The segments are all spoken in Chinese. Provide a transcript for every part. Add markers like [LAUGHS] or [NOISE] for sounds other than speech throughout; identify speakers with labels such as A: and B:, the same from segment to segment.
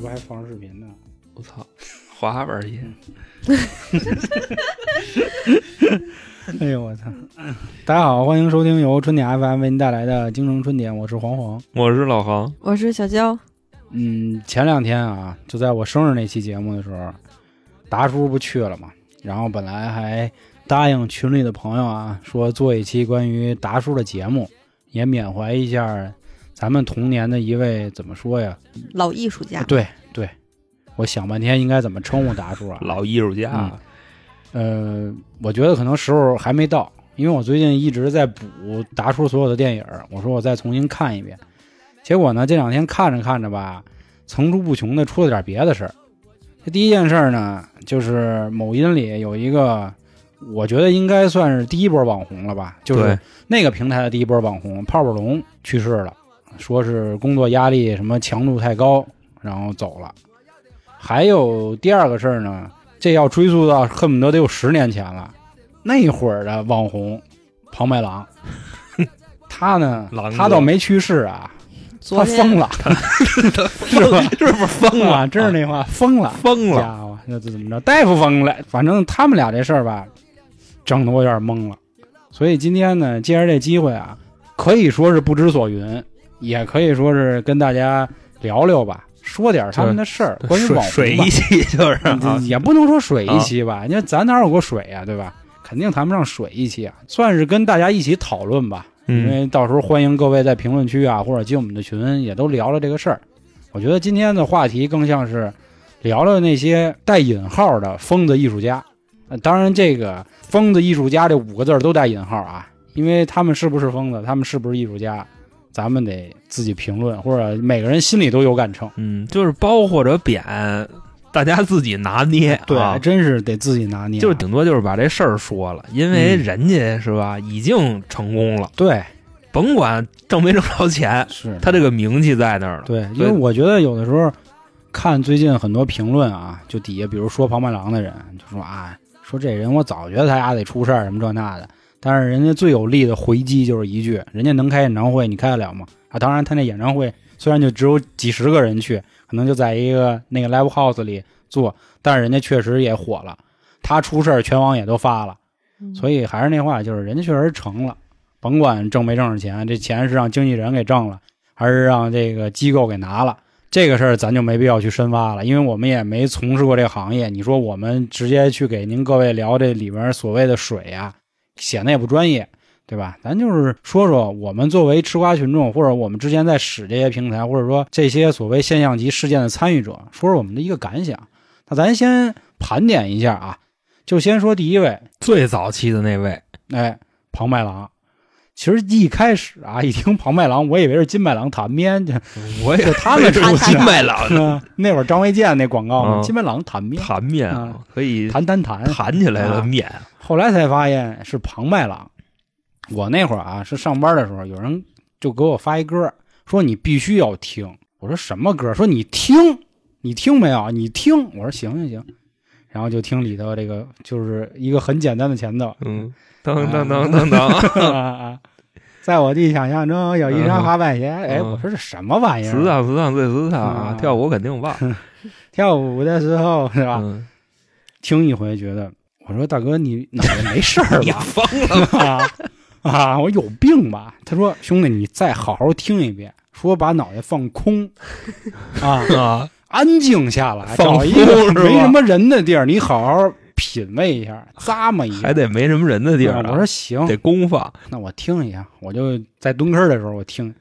A: 不还放视频呢？
B: 我操，滑板鞋，
A: [LAUGHS] 嗯哎呦我操！大家好，欢迎收听由春点 FM 为您带来的《京城春点》，我是黄黄。
B: 我是老航，
C: 我是小娇，
A: 嗯，前两天啊，就在我生日那期节目的时候，达叔不去了嘛，然后本来还答应群里的朋友啊，说做一期关于达叔的节目，也缅怀一下咱们童年的一位怎么说呀？
C: 老艺术家，
A: 啊对对，我想半天应该怎么称呼达叔
B: [LAUGHS]
A: 啊？
B: 老艺术家
A: 嗯，呃，我觉得可能时候还没到，因为我最近一直在补达叔所有的电影儿，我说我再重新看一遍。结果呢，这两天看着看着吧，层出不穷的出了点别的事儿。这第一件事儿呢，就是某音里有一个，我觉得应该算是第一波网红了吧，就是
B: 对，
A: 那个平台的第一波网红泡泡龙去世了，说是工作压力什么强度太高，然后走了。还有第二个事儿呢，这要追溯到恨不得得有十年前了，那会儿的网红庞麦
B: [LAUGHS]
A: 郎，他呢
B: 狼，哥
A: 他倒没去世啊，他
C: 昨
A: 疯
B: [LAUGHS]
C: 天
A: 了，
B: 是吧？ [LAUGHS] 是不是疯
A: 疯
B: 了？啊
A: 了，真是那话，疯了。
B: 疯了！
A: 家伙，那这怎么着？大夫疯了，反正他们俩这事儿吧，整得我有点懵了。所以今天呢，借着这机会啊，可以说是不知所云，也可以说是跟大家聊聊吧，说点他们的事儿，关于
B: 水
A: 网
B: 水
A: 红吧嗯
B: 一，期就是啊，
A: 也不能说水一期吧，因为咱哪有过水呀、对吧？肯定谈不上水一期啊，算是跟大家一起讨论吧。因
B: 嗯，
A: 为到时候欢迎各位在评论区啊，或者进我们的群，也都聊聊这个事儿。我觉得今天的话题更像是聊聊那些带引号的疯子艺术家。呃当然，这个“疯子艺术家”这五个字儿都带引号啊，因为他们是不是疯子，他们是不是艺术家，咱们得自己评论，或者每个人心里都有杆秤。
B: 嗯，就是包或者贬，大家自己拿捏
A: 对，
B: 啊
A: 还。真是得自己拿捏啊。
B: 就是顶多就是把这事儿说了，因为
A: 嗯
B: 人家是吧，已经成功了，
A: 对，
B: 甭管挣没挣着钱，
A: 是
B: 他这个名气在那儿了。
A: 对，因为我觉得有的时候看最近很多评论啊，就底下比如说庞麦郎的人就说啊，说这人我早觉得他丫得出事儿什么这那的，但是人家最有力的回击就是一句，人家能开演唱会，你开得了吗？啊，当然他那演唱会虽然就只有几十个人去，可能就在一个那个 live house 里做，但是人家确实也火了，他出事儿全网也都发了。
C: 嗯
A: 所以还是那话，就是人家确实成了，甭管挣没挣着钱，这钱是让经纪人给挣了，还是让这个机构给拿了，这个事儿咱就没必要去深挖了，因为我们也没从事过这个行业。你说我们直接去给您各位聊这里边所谓的水啊，显得也不专业，对吧？咱就是说说我们作为吃瓜群众，或者我们之前在使这些平台，或者说这些所谓现象级事件的参与者，说说我们的一个感想。那咱先盘点一下啊，就先说第一位，
B: 最早期的那位，
A: 哎，庞麦郎。其实一开始啊，一听庞麦郎，我以为是金麦郎弹面，就
B: 我也
A: 就他们
B: 出
A: 出
B: 金
A: 现
B: 麦郎
A: [LAUGHS]
B: 的
A: 嗯那会儿张卫健那广告嘛，
B: 嗯
A: 金麦郎弹面，
B: 弹面啊
A: 啊
B: 可以
A: 弹弹弹。
B: 弹起来
A: 啊
B: 的面，
A: 后来才发现是庞麦郎。我那会儿啊是上班的时候，有人就给我发一歌，说你必须要听。我说什么歌？说你听，你听没有？你听。我说行行行，然后就听里头这个就是一个很简单的前奏，
B: 嗯，当当当当当，
A: 啊啊！ [LAUGHS] 在我的想象中，有一双滑板鞋。哎，
B: 嗯
A: 我说这什么玩意
B: 死
A: 儿？
B: 当死当最死当啊
C: 嗯
A: 啊！
B: 跳舞肯定忘，
A: 跳舞的时候是吧？
B: 嗯，
A: 听一回觉得，我说大哥， [LAUGHS] 你脑袋没事儿
B: [LAUGHS] 你
A: 吧？
B: 疯了！
A: [LAUGHS] 啊啊！我有病吧？他说兄弟，你再好好听一遍，说把脑袋放空啊， [LAUGHS]
B: 啊，
A: 安静下来，
B: 放
A: 找一个
B: 空是吧
A: 没什么人的地儿，你好好品味一下，咂摸一下。
B: 还得没什么人的地
A: 啊
B: 儿啊，
A: 我说行，
B: 得啊公放，
A: 那我听一下，我就在蹲坑的时候，我听，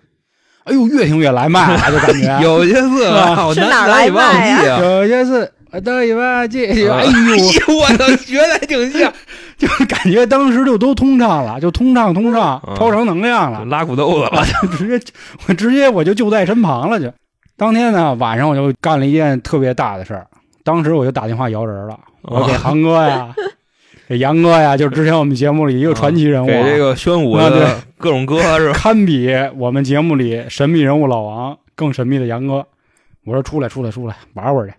A: 哎呦，越听越来麦了，就感觉
B: [LAUGHS] 有些次啊，我
C: 是
B: 难
C: 哪儿
B: 难以
C: 来
B: 忘
C: 卖
B: 记
A: [LAUGHS]
B: 啊！
A: 有些是啊，对吧？这
B: 啊
A: 哎呦，
B: 我操，学的还挺像，
A: 就感觉当时就都通畅了，就通畅通畅
B: 嗯，
A: 超常能量
B: 就
A: 了，
B: 拉裤兜子了，
A: 就直接我直接我就就在身旁了就。当天呢晚上我就干了一件特别大的事儿，当时我就打电话摇人了， [LAUGHS] 我
B: 啊哦
A: 给航哥
B: [LAUGHS]
A: 呀，给杨哥呀，就是之前我们节目里一个传奇人物啊，
B: 给这个宣武
A: 啊
B: 的
A: 对
B: 各种歌 [LAUGHS] 是吧？
A: 堪比我们节目里神秘人物老王更神秘的杨哥。我说出来，出来，出来，玩会儿去。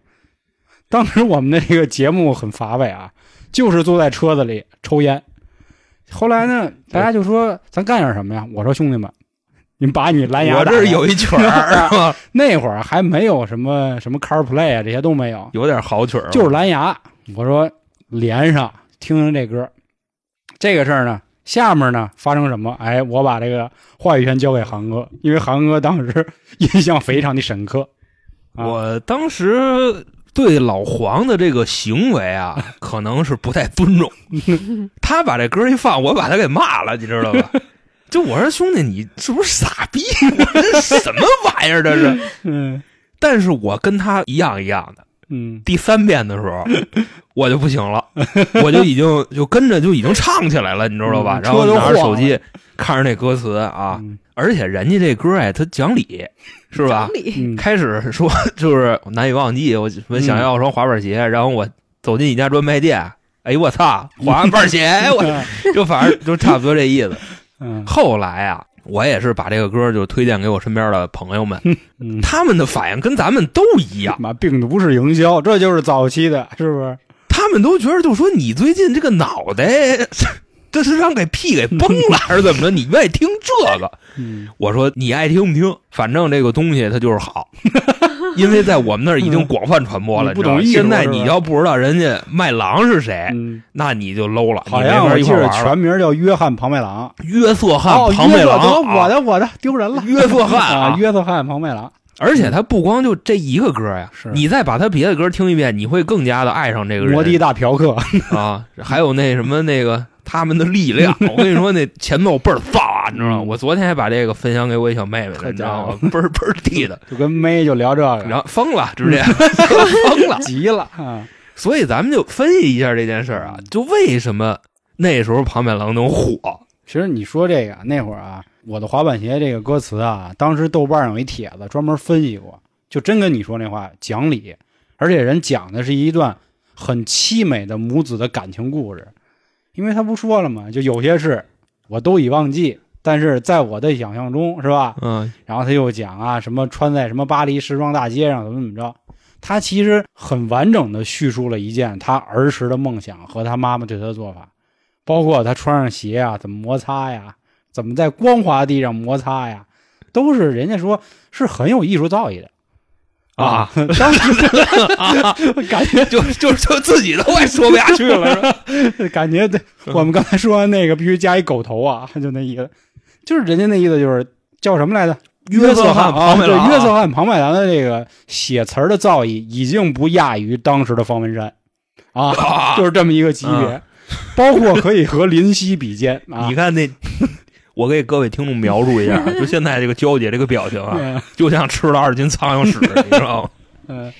A: 当时我们的这个节目很乏味啊，就是坐在车子里抽烟。后来呢，大家就说咱干点什么呀？我说兄弟们，你把你蓝牙
B: 我
A: 打
B: 这
A: 开
B: 儿有一曲
A: [LAUGHS]
B: 儿是吧？
A: 那会儿还没有什么什么 CarPlay 啊，这些都没有，
B: 有点好曲儿，
A: 就是蓝牙。我说连上，听听这歌。这个事儿呢，下面呢发生什么？哎，我把这个话语权交给韩哥，因为韩哥当时 [LAUGHS] 印象非常的深刻。啊、
B: 我当时对老黄的这个行为
A: [LAUGHS]
B: 啊，可能是不太尊重。他把这歌一放，我把他给骂了，你知道吧？
A: [LAUGHS]
B: 就我说兄弟，你是不是傻逼？我这什么玩意儿
A: [LAUGHS]
B: 这是？
A: 嗯
B: 但是我跟他一样一样的。
A: 嗯
B: 第三遍的时
A: [LAUGHS]
B: 候，我就不行了，我就已经就跟着就已经唱起来了，你知道吧？
A: 嗯
B: 然后
A: 车都
B: 拿着
A: 晃
B: 手
A: 了
B: 机看着那歌词啊，
A: 嗯
B: 而且人家这歌哎，他讲理，是吧？
C: 讲理
A: 嗯
B: 开始说就是难以忘记，我我想要双滑板鞋，然后我走进一家专卖店，哎我操，滑板鞋，哎我 [LAUGHS] 就反正就差不多这意思。
A: 嗯
B: 后来啊，我也是把这个歌就推荐给我身边的朋友们，
A: 嗯，
B: 他们的反应跟咱们都一样，
A: 妈，病毒式营销，这就是早期的，是不是？
B: 他们都觉得就说你最近这个脑袋 [LAUGHS] 这是让给屁给崩了还是怎么着？你愿意听这个？
A: 嗯
B: 我说你爱听不听，反正这个东西它就是好， [LAUGHS] 因为在我们那儿已经广泛传播了。
A: 嗯
B: 你知
A: 你不
B: 道吗
A: 懂艺术
B: 现在
A: 是吧
B: 你要不知道人家麦郎是谁，
A: 嗯，
B: 那你就 low 了，
A: 好
B: 哎你没
A: 像
B: 法
A: 我
B: 一
A: 记
B: 块
A: 得
B: 玩了。
A: 全名叫约翰庞麦郎。
B: 约瑟
A: 哦，
B: 翰庞
A: 约
B: 麦
A: 瑟
B: 郎
A: 德，
B: 啊，
A: 我的我的丢人了。
B: 约瑟翰
A: 啊，
B: 啊，
A: 约瑟翰庞麦郎。
B: 而且他不光就这一个歌呀
A: 是，
B: 你再把他别的歌听一遍，你会更加的爱上这个
A: 摩的
B: 人
A: 大嫖客，
B: 啊。还有那什么那个他们的
A: [LAUGHS]
B: 力量，我跟你说那前奏倍儿燥啊，你知道吗？
A: 嗯
B: 我昨天还把这个分享给我一小妹妹
A: 好
B: 呢，你知
A: 家
B: 道
A: 伙
B: 吗？倍儿倍儿
A: [LAUGHS]
B: 地的。
A: 就跟妹就聊这个，
B: 然后疯了，直接疯了。
A: [LAUGHS] 急了啊！
B: 所以咱们就分析一下这件事儿啊，就为什么那时候庞麦郎能火？
A: 其实你说这个那会儿啊，我的滑板鞋这个歌词啊，当时豆瓣上有一帖子专门分析过，就真跟你说那话讲理，而且人讲的是一段很凄美的母子的感情故事，因为他不说了嘛，就有些事我都已忘记，但是在我的想象中是吧？
B: 嗯，
A: 然后他又讲啊，什么穿在什么巴黎时装大街上，怎么怎么着。他其实很完整的叙述了一件他儿时的梦想和他妈妈对他的做法，包括他穿上鞋啊，怎么摩擦呀，怎么在光滑地上摩擦呀，都是人家说是很有艺术造诣的 [LAUGHS]
B: 啊。
A: 当时感觉
B: [LAUGHS] 就就就自己都快说不下去了，是吧
A: [LAUGHS] 感觉对，
B: 嗯
A: 我们刚才说完那个必须加一狗头啊，就那意思，就是人家那意思就是叫什么来着？
B: 约瑟
A: 翰
B: 翰
A: 啊
B: 庞麦郎
A: 对，
B: 啊
A: 约瑟翰庞麦郎的这个写词儿的造诣已经不亚于当时的方文山啊，
B: [LAUGHS] 啊
A: 就是这么一个级别，包括可以和林夕比肩
B: [LAUGHS]
A: 啊
B: 你。看那，我给各位听众描述一 [LAUGHS] 下，啊就现在这个娇姐这个表情啊，
A: 嗯
B: 就像吃了二斤苍 [LAUGHS] 蝇屎，你知道吗？啊
A: [LAUGHS] 嗯，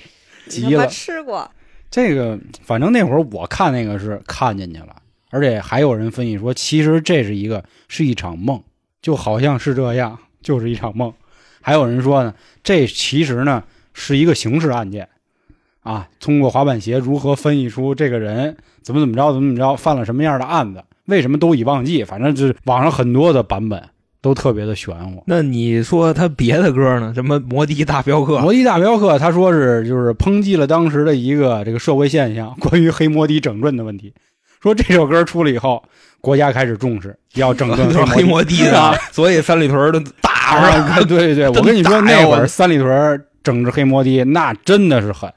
A: 急
C: 你他妈
A: 了。
C: 吃过？
A: 这个反正那会儿我看那个是看进去了，而且还有人分析说，其实这是一个是一场梦，就好像是这样，就是一场梦。还有人说呢， [LAUGHS] 这其实呢是一个刑事案件，啊，通过滑板鞋如何分析出这个人怎么怎么着，怎么怎么着犯了什么样的案子，为什么都已忘记，反正就是网上很多的版本都特别的玄乎。
B: 那你说他别的歌呢？什么摩的大镖客？
A: 摩的大镖客，他说是就是抨击了当时的一个这个社会现象，关于黑摩的整顿的问题。说这首歌出了以后，国家开始重视，要整顿
B: [LAUGHS] 就是
A: 黑
B: 黑
A: 摩的。
B: 摩的啊的， [LAUGHS] 所以三里屯儿的大是吧？
A: 啊， [LAUGHS] 对对对，我跟你说，
B: 真打呀
A: 那会
B: 我
A: 儿三里屯儿整治黑摩的那真的是狠，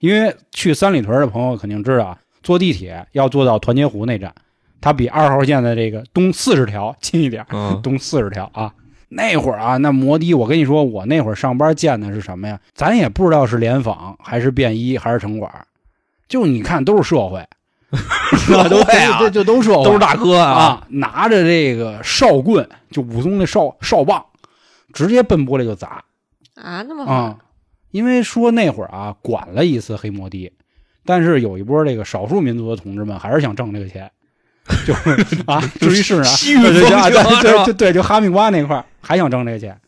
A: 因为去三里屯儿的朋友肯定知道啊，坐地铁要坐到团结湖那站，它比二号线的这个东四十条近一点儿。
B: 嗯，
A: 东四十条啊。那会儿啊，那摩的，我跟你说，我那会儿上班见的是什么呀？咱也不知道是联纺还是便衣还是城管，就你看都是社会，
B: [LAUGHS]
A: [LAUGHS]
B: 社
A: 都
B: 会啊
A: 这这都社会，
B: 都是大哥啊，
A: 啊，拿着这个哨棍，就武松那哨哨棒，直接奔玻璃就砸
C: 啊，那
B: 嗯
C: 么
A: 啊、
C: 好，
A: 因为说那会儿啊，管了一次黑摩的，但是有一波这个少数民族的同志们还是想挣这个钱，就是
B: [LAUGHS]
A: 啊，至于是哪儿，
B: 西域风
A: 对
B: 情
A: 啊对
B: 是吧
A: 对对对，就哈密瓜那块儿还想挣这个钱，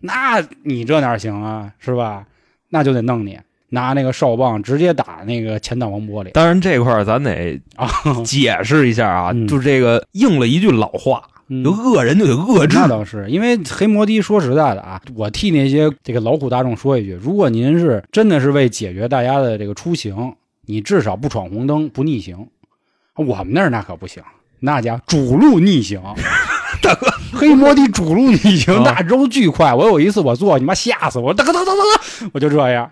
A: 那你这哪行啊，是吧？那就得弄你，拿那个哨棒直接打那个前挡风玻璃
B: 当然这块儿咱得
A: 啊，
B: 解释一下啊，
A: 嗯
B: 就这个应了一句老话，
A: 嗯
B: 就恶人就得遏制
A: 那倒是，因为黑摩的，说实在的啊，我替那些这个劳苦大众说一句，如果您是真的是为解决大家的这个出行，你至少不闯红灯，不逆行。我们那儿那可不行，那家主路逆行，黑黑摩的主路旅行那周巨快。我有一次我坐，你妈吓死我，噔噔噔噔噔，我就这样。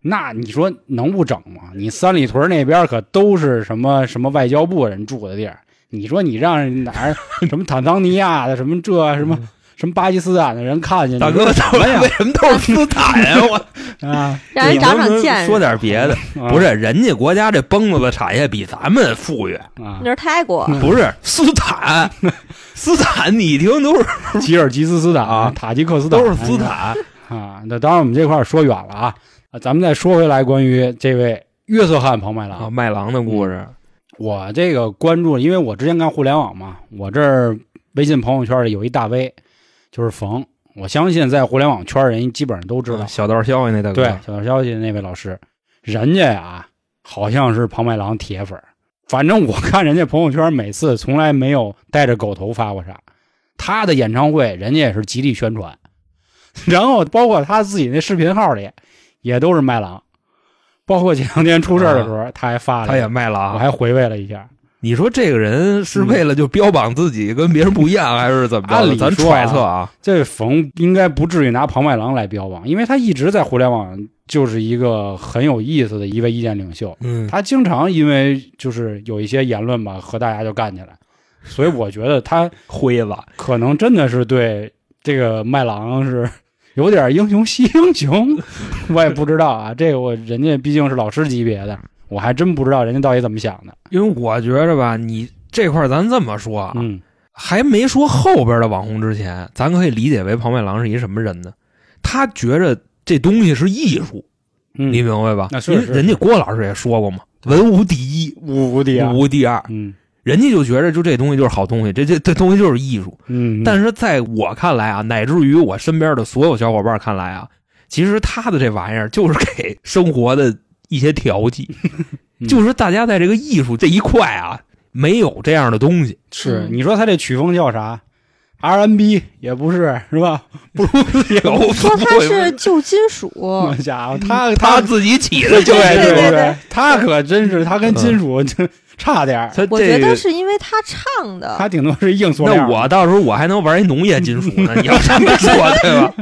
A: 那你说能不整吗？你三里屯那边可都是什么什么外交部人住的地儿，你说你让哪儿什么坦桑尼亚的什么这什么 [LAUGHS] 什么巴基斯坦的人看见，
B: 大
A: 你 [LAUGHS] 说
B: 哥，大
A: 什
B: 哥
A: 么呀
B: 为？什么都是斯
A: [LAUGHS]
B: 坦呀？我
A: 啊，
C: 让人长长
B: 你能不
C: 见
B: 能
C: 识。
B: 说点别的，
A: 啊
B: 不是人家国家这蹦子的产业比咱们富裕，
A: 啊，
C: 那是泰国，
B: 不是
A: [LAUGHS]
B: 斯坦，斯坦你一听都是
A: 吉尔吉斯斯坦
B: 啊
A: 塔吉克斯坦
B: 都是斯坦，
A: 啊。那当然，我们这块儿说远了啊，啊咱们再说回来关于这位约瑟翰庞麦郎
B: 啊，，麦郎的故事，
A: 嗯我这个关注，因为我之前干互联网嘛，我这儿微信朋友圈里有一大 V，就是冯。我相信在互联网圈人基本上都知道，
B: 啊小道消息那大哥，
A: 对啊小道消息那位老师，人家呀好像是庞麦郎铁粉儿，反正我看人家朋友圈每次从来没有带着狗头发过啥。他的演唱会人家也是极力宣传， [LAUGHS] 然后包括他自己那视频号里也都是麦郎，包括前两天出事儿的时候、他还发了，
B: 啊他也麦
A: 我
B: 郎，
A: 还回味了一下。
B: 你说这个人是为了就标榜自己跟别人不一样，还是怎么着的？
A: 按理说啊
B: 咱揣测啊，
A: 这冯应该不至于拿庞麦郎来标榜，因为他一直在互联网就是一个很有意思的一位意见领袖。
B: 嗯，
A: 他经常因为就是有一些言论吧，和大家就干起来，所以我觉得他
B: 灰子，
A: 可能真的是对这个麦郎是有点英雄惜英雄， [LAUGHS] 我也不知道啊。这个我人家毕竟是老师级别的，我还真不知道人家到底怎么想的。
B: 因为我觉着吧，你这块儿咱这么说啊，
A: 嗯
B: 还没说后边的网红之前，咱可以理解为庞麦郎是一什么人呢？他觉着这东西是艺术，你
A: 嗯，
B: 明白吧？
A: 那是
B: 因为
A: 是
B: 人家郭老师也说过嘛，文无第一，
A: 五无敌啊，
B: 武无第二，
A: 嗯
B: 人家就觉着就这东西就是好东西，这这这东西就是艺术。
A: 嗯，
B: 但是在我看来啊，乃至于我身边的所有小伙伴看来啊，其实他的这玩意儿就是给生活的一些调剂，
A: 嗯
B: 就是大家在这个艺术这一块啊，没有这样的东西。
A: 是，
C: 嗯
A: 你说他这曲风叫啥？R&B 也不是，是吧？
B: 有
C: 说他是旧金
A: [LAUGHS]
C: 属，
A: 好家伙，他
B: 他
A: 他
B: 自己起的
A: 对
B: 就是嗯
C: 对
A: 对
C: 哦嗯对对
A: 对，他可真是他跟金属就差点儿，
B: 他
C: 我觉
B: 这
C: 得
B: 个。
C: 是因为他唱
A: 他
C: 的，
A: 顶多是硬塑料。
B: 那我到时候我还能玩一农业金属呢，你要这么说对吧？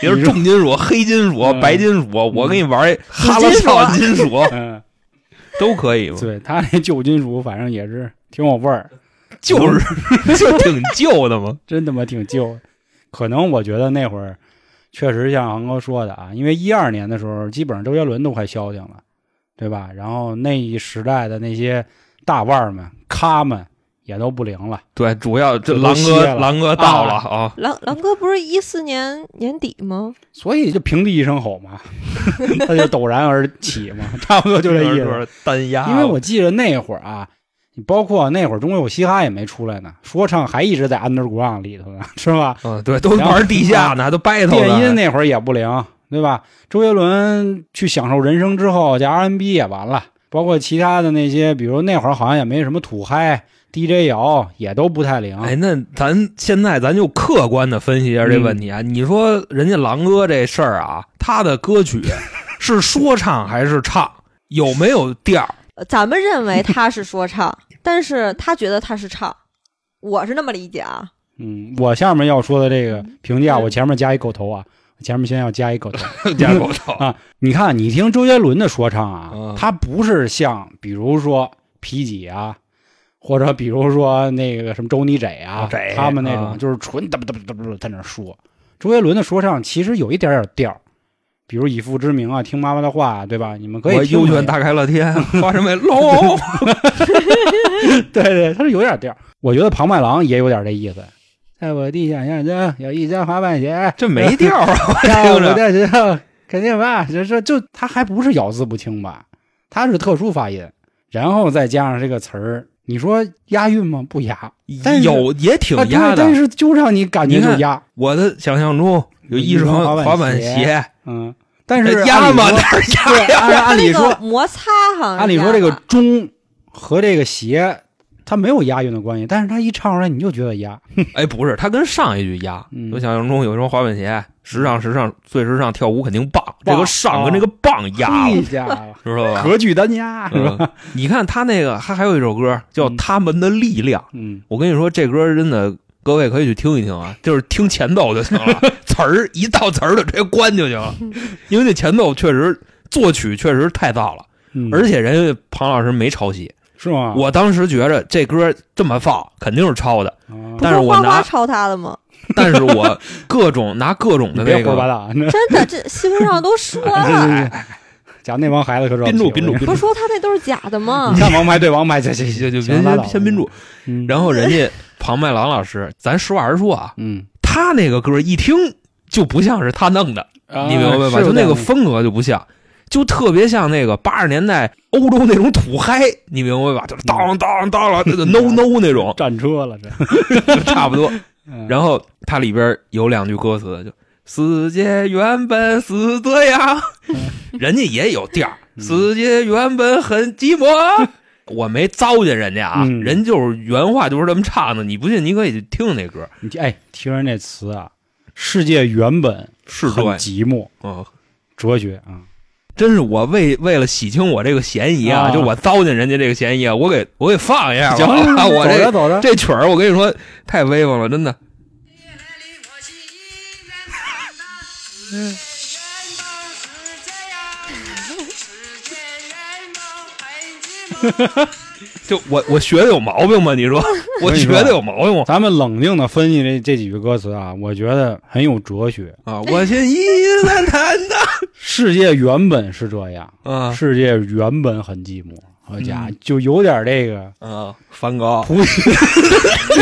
B: 比如重金属、黑金属、
A: 嗯
B: 白金属，我给你玩一哈
C: 紫
B: 拉
C: 金属
B: 草金属
A: 嗯，
B: 都可以嘛，
A: 对他那旧金属，反正也是挺有味儿，
B: 就是就挺旧的嘛。
A: 真他妈挺旧。可能我觉得那会儿确实像航哥说的啊，因为一二年的时候，基本上周杰伦都快消停了，对吧？然后那一时代的那些大腕儿们、咖们也都不灵了。
B: 对，主要这
A: 都
B: 狼
A: 歇
B: 哥
A: 了
B: 狼哥到了啊，
C: 狼狼哥不是一四年年底吗？
A: 所以就平地一声吼嘛， [LAUGHS] 他就陡然而起嘛， [LAUGHS] 差不多就这意思。
B: 思。单压，
A: 因为我记得那会儿啊，你包括那会儿中国有嘻哈也没出来呢，说唱还一直在 underground 里头呢， [LAUGHS] 是吧？
B: 嗯对，都玩地
A: 啊
B: 下呢，还都 battle
A: 电音
B: 呢。
A: 那会儿也不灵，对吧？周杰伦去享受人生之后，这 R&B 也完了，包括其他的那些，比如那会儿好像也没什么土嗨、DJ 摇也都不太灵。
B: 哎，那咱现在咱就客观的分析一下
A: 嗯
B: 这问题啊。你说人家狼哥这事儿啊，他的歌
A: [LAUGHS]
B: 曲是说唱还是唱？有没有调儿？
C: 呃咱们认为他是说唱，但是他觉得他是唱，我是那么理解啊。
A: 嗯，我下面要说的这个评价，我前面加一狗头啊，我前面先要加一狗头。
B: 加狗头
A: 啊你看，你听周杰伦的说唱啊
B: 嗯，
A: 他不是像比如说皮几啊，或者比如说那个什么周尼芷啊，
B: 芷
A: 他们那
B: 啊
A: 种就是纯嘚啵嘚啵嘚啵在那说。周杰伦的说唱其实有一点点调儿，比如以父之名啊，听妈妈的话啊，对吧？你们可
B: 我
A: 以听啊
B: 优
A: 听
B: 权大开了天，花生米龙。
A: [LAUGHS] 对对，他是有点调儿。我觉得庞麦郎也有点这意思。在我地下象征有一双滑板鞋，
B: 这没调儿啊！ [LAUGHS]
A: 要
B: 听着
A: 不哎在学校肯定吧，就说就他还不是咬字不清吧，他是特殊发音，然后再加上这个词儿，你说押韵吗？不押，但是
B: 有也挺
A: 啊
B: 压
A: 对，
B: 的
A: 但。是就让你感觉
B: 你
A: 就
B: 看
A: 押，
B: 我的想象中有一双滑板鞋，
A: 嗯，但是
B: 压嘛
A: 按理说
B: 哪儿压？
A: [LAUGHS] 对，按按理
C: [LAUGHS] 他那
A: 说
C: 个，摩擦好像是
A: 按理说
C: 这
A: 这
C: 样
A: 个
C: 吧
A: 中和这个斜。它没有押韵的关系，但是他一唱出来，你就觉得
B: [LAUGHS]
A: 押。
B: 哎，不是，他跟上一句压。
A: 嗯
B: 我想象中有一双滑板鞋，时尚时尚最时尚，跳舞肯定棒。这个上跟这个棒压了
A: 哦嘿，家伙，
B: [LAUGHS] 知道吧？
A: 哎何惧单押是吧？
B: 嗯你看他那个，他还有一首歌叫
A: 嗯
B: 《他们的力量》。
A: 嗯
B: 我跟你说，这歌真的各位可以去听一
A: [LAUGHS]
B: 听啊，就是听前奏就行了，词儿一到词儿就直接关就行了，
A: 嗯
B: 因为那前奏确实作曲确实太燥了，
A: 嗯啊
B: 而且人家庞老师没抄袭，
A: 是吗？
B: 我当时觉着这歌这么放肯定是抄的，
A: 啊
C: 不
B: 但是我
C: 花
B: 拿
C: 花抄他的吗？
A: [LAUGHS]
B: 但是我各种拿各种
A: 你
B: 的
A: 别
B: 那
A: 胡说八
B: 个，
A: 道，啊那 [LAUGHS]
C: 真的，这新闻上都说了， [LAUGHS]
A: 哎哎讲那帮孩子可惹
B: 宾
A: 不
B: 住
A: 起
B: 宾住
A: 我
B: 宾
C: 不
B: 住
C: 是，说他那都是假的
B: [LAUGHS]
C: 吗
A: 你？看王牌对王牌，这这
B: 就
A: 这
B: 就
A: 这，
B: 先
A: [LAUGHS] 行拉倒
B: 先先宾住，
A: 嗯
B: 然后人家庞麦郎老师，咱实话实说啊，
A: 嗯，
B: 他那个歌一听就不像是他弄的，你明白吧？
A: 啊是
B: 就
A: 有
B: 那
A: 点
B: 个风格就不像，就特别像那个八十年代欧洲那种土嗨，你明白吧？就是当当当了，no no 那种，
A: 战车了，这。
B: 就差不多。
A: 嗯
B: [LAUGHS] 然后它里边有两句歌词，就世界原本是这样，啊 [LAUGHS] 人家也有调儿，
A: 嗯
B: 世界原本很寂寞。 [LAUGHS] 我没糟践人家啊，
A: 嗯
B: 人就是原话就是这么唱的，你不信你可以去听听那歌，
A: 你哎，听着那词啊，世界原本
B: 是
A: 很
B: 这样，
A: 寂寞，
B: 嗯，
A: 哲学啊，
B: 真是我为为了洗清我这个嫌疑啊，
A: 啊
B: 就我糟践人家这个嫌疑啊，我给我给放一下吧，
A: 行，
B: 啊我
A: 走着
B: 这
A: 走着，
B: 这曲儿我跟你说太威风了，真的。
A: 嗯
B: 就我我学的有毛病吗？你
A: [LAUGHS]
B: 说我学的有毛病吗？
A: 咱们冷静的分析这这几句歌词啊，我觉得很有哲学。
B: 啊，我先一三弹的
A: [LAUGHS] 世界原本是这样，
B: 啊
A: 世界原本很寂寞。好家伙
B: 嗯，
A: 就有点这个，
B: 啊，梵高
A: 菩提，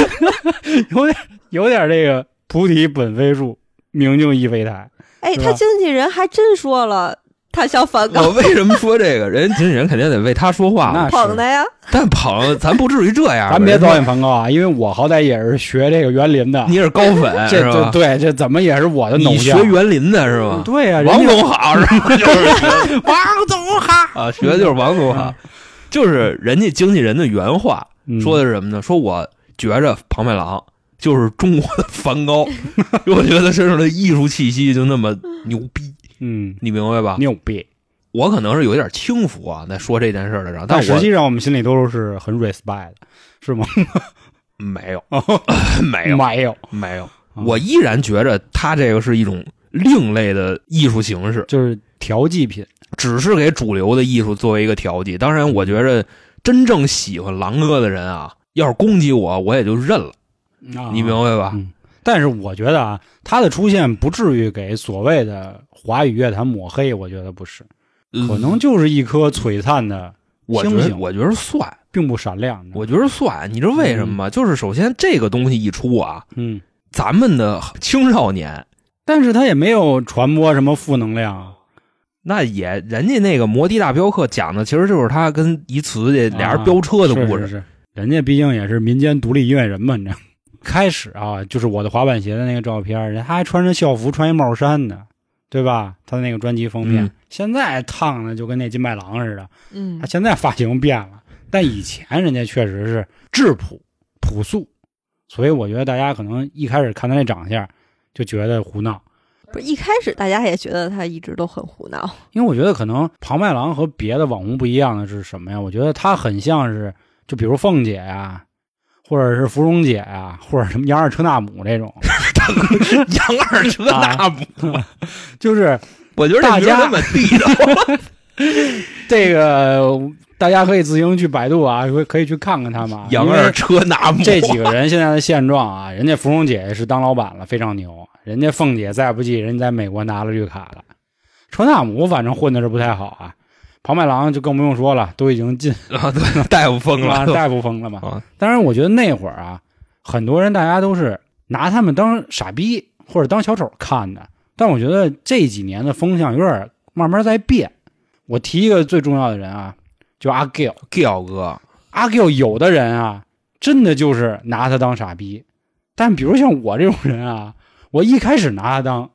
A: [LAUGHS] 有点有点这个菩提本非树，明镜亦非台。
C: 哎，
A: 是吧
C: 他经纪人还真说了，他像梵高
B: [LAUGHS] 我为什么说这个？人经纪人肯定得为他说话，
A: 那
C: 捧
A: 是
C: 的，呀。
B: 但捧咱不至于这样吧。
A: 咱别导演梵高啊，因为我好歹也是学这个园林的
B: 你，也是高粉
A: 这
B: 是
A: 这
B: 吧？
A: 对这怎么也是我的偶
B: 你学
A: 像。
B: 园林的是吗？
A: 对啊呀、人
B: 王
A: 家
B: 总
A: [LAUGHS]
B: 好是吧？就是 [LAUGHS] 王总好啊，学的就是王总好，就是人家经纪人的原话
A: 嗯
B: 说的是什么呢？说我觉着庞麦郎就是中国的
A: [LAUGHS]
B: 梵高，我觉得身上的艺术气息就那么牛逼，
A: 嗯
B: 你明白吧？
A: 牛逼，
B: 我可能是有点轻浮啊，在说这件事儿的时候，
A: 但实
B: 我
A: 际上我们心里都是很 respect 的，是吗？[LAUGHS]
B: 没有，没有，
A: 没有，
B: 没有，
A: 嗯
B: 我依然觉着他这个是一种另类的艺术形式。
A: 就是调剂品。
B: 只是给主流的艺术作为一个调剂。当然，我觉着真正喜欢狼哥的人啊，要是攻击我，我也就认了，
A: 啊
B: 你明白吧？
A: 嗯但是我觉得啊，他的出现不至于给所谓的华语乐坛抹黑，我觉得不是，嗯可能
B: 呃
A: 就是一颗璀璨的，
B: 我觉
A: 清
B: 得，
A: 醒
B: 我觉得算，
A: 并不闪亮的。
B: 我觉得算。你知道为什么吗？就是首先这个东西一出啊，
A: 嗯，
B: 咱们的青少年
A: 但是他也没有传播什么负能量啊，
B: 那也人家那个《摩的大镖客》讲的其实就是他跟一慈这俩人飙车的故
A: 是啊
B: 事。
A: 是是人家毕竟也是民间独立音乐人嘛，你知道吗。 [LAUGHS] 开始啊，就是我的滑板鞋的那个照片，人他还穿着校服，穿一帽衫呢，对吧？他的那个专辑封面，
B: 嗯
A: 现在烫的就跟那金麦郎似的。
C: 嗯
A: 他，现在发型变了，但以前人家确实是质朴朴素，所以我觉得大家可能一开始看他那长相就觉得胡闹，
C: 不是一开始大家也觉得他一直都很胡闹，
A: 因为我觉得可能庞麦郎和别的网红不一样的是什么呀？我觉得他很像是，就比如凤姐呀、或者是芙蓉姐呀、或者什么杨二车纳姆这种，
B: [LAUGHS] 杨二车大补，
A: 就是
B: 我觉得这
A: 啊大
B: 名儿
A: 家
B: 根本
A: [LAUGHS]
B: 地道。
A: 这个大家可以自行去百度啊，可以可以去看看他们啊。
B: 杨
A: 因为
B: 二车大补，
A: 这几个人现在的现状啊，人家芙蓉姐是当老板了，非常牛。人家凤姐再不济，人家在美国拿了绿卡了。车纳姆反正混的是不太好啊，庞麦郎就更不用说了，都已经进
B: 啊，对，大夫疯了
A: 啊，大夫疯了嘛。
B: 啊
A: 当然，我觉得那会儿啊，很多人大家都是拿他们当傻逼或者当小丑看的。但我觉得这几年的风向有点慢慢在变。我提一个最重要的人啊，就阿 Giao。
B: ，Giao 哥，
A: 阿 Q 有的人啊，真的就是拿他当傻逼，但比如像我这种人啊，我一开始拿他当，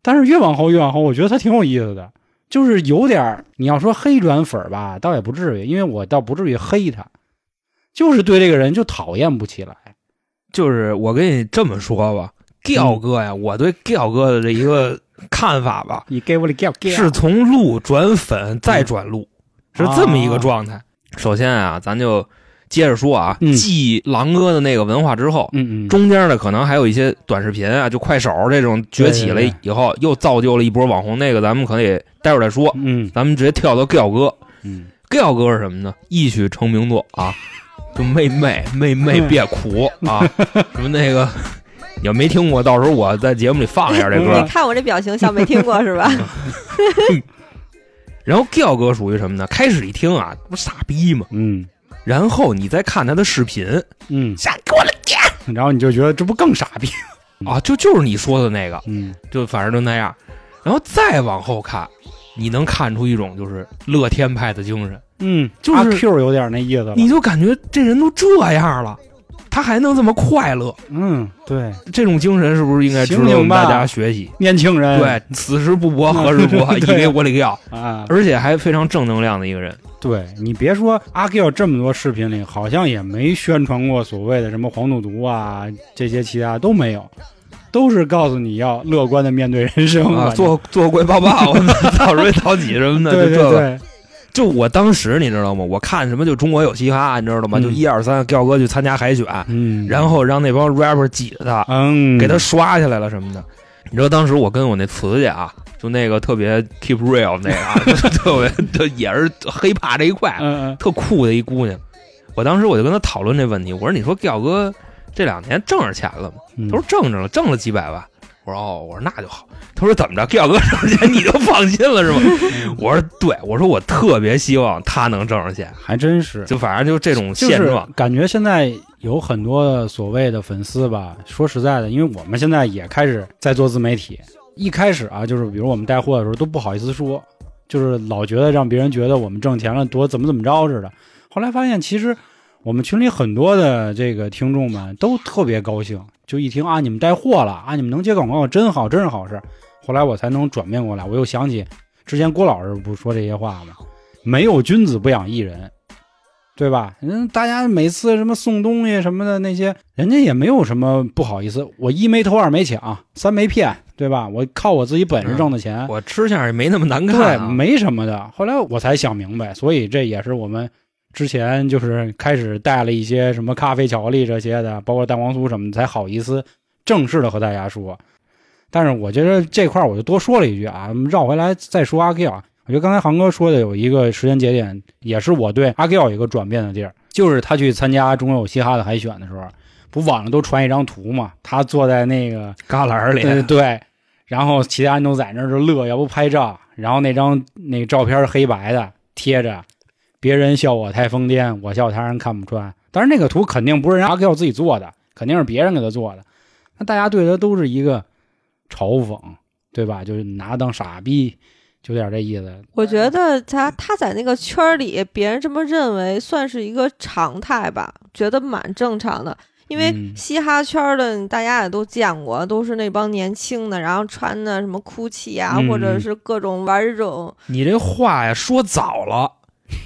A: 但是越往后越往后，我觉得他挺有意思的，就是有点儿你要说黑转粉儿吧，倒也不至于，因为我倒不至于黑他，就是对这个人就讨厌不起来。
B: 就是我跟你这么说吧，Giao
A: 嗯
B: 哥呀，我对 Giao 哥的这一个看法吧，
A: 你给我里 g
B: 是从哦路转粉再转路，是这么一个状态。首先啊，咱就接着说啊，
A: 嗯
B: 继狼哥的那个文化之后，
A: 嗯嗯，
B: 中间呢可能还有一些短视频啊，就快手这种崛起了
A: 对对对
B: 以后，又造就了一波网红。那个咱们可能也待会儿再说，
A: 嗯
B: 咱们直接跳到 Giao 哥。
A: 嗯
B: Giao 哥是什么呢？一曲成名作啊，就妹妹妹妹别哭
A: [LAUGHS]
B: 啊，什么那个也没听过，到时候我在节目里放一哎下这
C: [LAUGHS]
B: 歌。
A: 嗯
C: 你看我这表情像没听过是吧？
B: 然后 Giao 哥属于什么呢？开始一听啊，这不傻逼吗？
A: 嗯
B: 然后你再看他的视频，
A: 嗯 [LAUGHS]
B: 下给我来点
A: 嗯，然后你就觉得这不更傻逼？
B: 啊，就就是你说的那个，
A: 嗯
B: 就反正就那样。然后再往后看，你能看出一种就是乐天派的精神，
A: 嗯，
B: 就是
A: 阿 Q 有点那意思了。
B: 你就感觉这人都这样了，他还能这么快乐，
A: 嗯，对，
B: 这种精神是不是应该值
A: 醒
B: 得
A: 醒
B: 我们大
A: 吧
B: 家学习？
A: 年轻人
B: 对，此时不博，何时
A: [LAUGHS]
B: 博？
A: 嗯
B: 一
A: 对
B: 给我里要，
A: 啊，
B: 而且还非常正能量的一个人。
A: 对你别说阿 Q 这么多视频里，好像也没宣传过所谓的什么黄赌毒啊，这些其他都没有，都是告诉你要乐观的面对人生反
B: 啊，
A: 正
B: 做做龟抱抱，讨论讨几什
A: [LAUGHS]
B: 么的，
A: 对
B: 就这
A: 对
B: 个。
A: 对，
B: 就我当时你知道吗？我看什么就中国有嘻哈，你知道吗？
A: 嗯
B: 就一二三，彪哥去参加海选，
A: 嗯，
B: 然后让那帮 rapper 挤着他，
A: 嗯，
B: 给他刷下来了什么的。你知道当时我跟我那瓷去啊，就那个特别 keep real 那个 [LAUGHS] 啊，就特别特也是黑怕这一块，
A: 嗯，嗯
B: 特酷的一姑娘。我当时我就跟她讨论这问题，我说：“你说彪哥这两年挣着钱了吗？”
A: 嗯，
B: 他说挣着了，挣了几百万。我说哦，我说那就好。他说怎么着，彪哥挣着钱你就放心了是吗？我说对，我说我特别希望他能挣着钱，
A: 还真是，
B: 就反正就这种
A: 就
B: 现
A: 是
B: 状。
A: 感觉现在有很多所谓的粉丝吧。说实在的，因为我们现在也开始在做自媒体，一开始啊，就是比如我们带货的时候都不好意思说，就是老觉得让别人觉得我们挣钱了多怎么怎么着似的。后来发现，其实我们群里很多的这个听众们都特别高兴，就一听啊你们带货了啊你们能接广告真好，真是好事。后来我才能转变过来，我又想起之前郭老师不是说这些话吗？没有君子不养艺人，对吧？人大家每次什么送东西什么的那些，人家也没有什么不好意思。我一没偷，二没抢，三没骗，对吧？我靠我自己本事挣的钱，
B: 我吃相也没那么难看、
A: 对，
B: 啊，
A: 没什么的。后来我才想明白，所以这也是我们之前就是开始带了一些什么咖啡、巧克力这些的，包括蛋黄酥什么的，才好意思正式的和大家说。但是我觉得这块儿我就多说了一句啊，绕回来再说阿 Q 啊。我觉得刚才航哥说的有一个时间节点，也是我对阿 Q 有一个转变的地儿，就是他去参加中国有嘻哈的海选的时候，不网上都传一张图嘛，他坐在那个
B: 旮旯里。
A: 对对，然后其他人都在那儿就乐，要不拍照，然后那张那个照片是黑白的贴着，别人笑我太疯癫，我笑他人看不穿。当然那个图肯定不是人阿 Q 自己做的，肯定是别人给他做的。那大家对他都是一个嘲讽，对吧？就是拿他当傻逼，就有点这意思。
C: 我觉得他他在那个圈儿里，别人这么认为，算是一个常态吧，觉得蛮正常的。因为
A: 嗯
C: 嘻哈圈儿的大家也都见过，都是那帮年轻的，然后穿的什么 GUCCI 啊，
A: 嗯
C: 或者是各种玩这种，
B: 你这话呀说早了，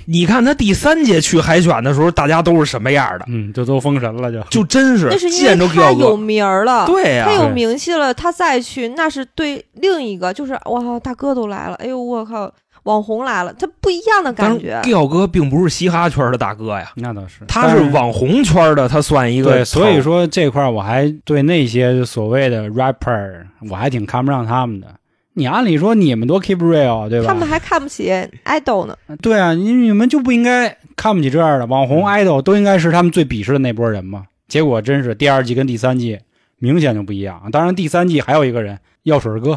B: 你看他第三届去海选的时候，大家都是什么样的？
A: 嗯，就都封神了就，
B: 就真是
C: 那是因
B: 见着
C: 为他
B: 彪
C: 有
B: 哥，
C: 名儿了，
B: 对呀、
C: 他有
A: 对
C: 名气了，他再去那是对另一个，就是哇靠，大哥都来了，哎呦我靠，网红来了，他不一样的感
B: 但
C: 觉
B: 是。彪哥并不是嘻哈圈的大哥呀，
A: 那倒是，
B: 他是
A: 但
B: 网红圈的，他算一个头。
A: 对，所以说这块儿我还对那些所谓的 rapper，我还挺看不上他们的。你按理说你们多 keep real，对吧？
C: 他们还看不起 idol 呢，
A: 对啊，你你们就不应该看不起这样的网红
B: 嗯
A: idol，都应该是他们最鄙视的那波人嘛。结果真是第二季跟第三季明显就不一样。当然，第三季还有一个人药水哥，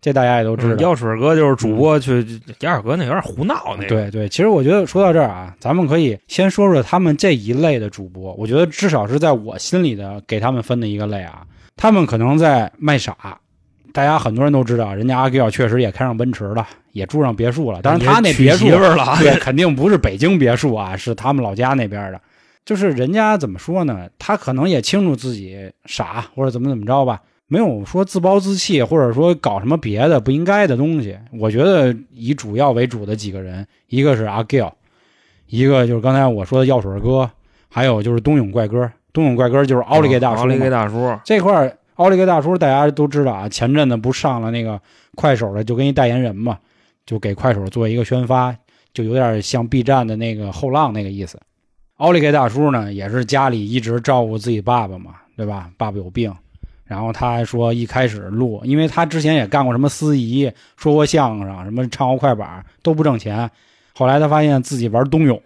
A: 这大家也都知
B: 嗯
A: 道。
B: 药水哥就是主播去，药水哥那有点胡闹那个。
A: 对对，其实我觉得说到这儿啊，咱们可以先说说他们这一类的主播，我觉得至少是在我心里的给他们分的一个类啊。他们可能在卖傻，大家很多人都知道，人家阿 Q 啊确实也开上奔驰了，也住上别墅了，当然他那
B: 娶
A: 别墅
B: 媳妇儿了，
A: [LAUGHS] 对，肯定不是北京别墅啊，是他们老家那边的。就是人家怎么说呢？他可能也清楚自己傻或者怎么怎么着吧，没有说自暴自弃，或者说搞什么别的不应该的东西。我觉得以主要为主的几个人，一个是阿 Giao，一个就是刚才我说的药水哥，还有就是东勇怪哥。东勇怪哥就是奥利给大叔嘛，
B: 哦奥利给大叔， [LAUGHS]
A: 这块儿奥利给大叔大家都知道啊，前阵子不上了那个快手的，就跟一代言人嘛，就给快手做一个宣发，就有点像 B 站的那个后浪那个意思。奥利给大叔呢，也是家里一直照顾自己爸爸嘛，对吧？爸爸有病，然后他还说一开始录，因为他之前也干过什么司仪，说过相声，什么唱过快板，都不挣钱。后来他发现自己玩冬泳，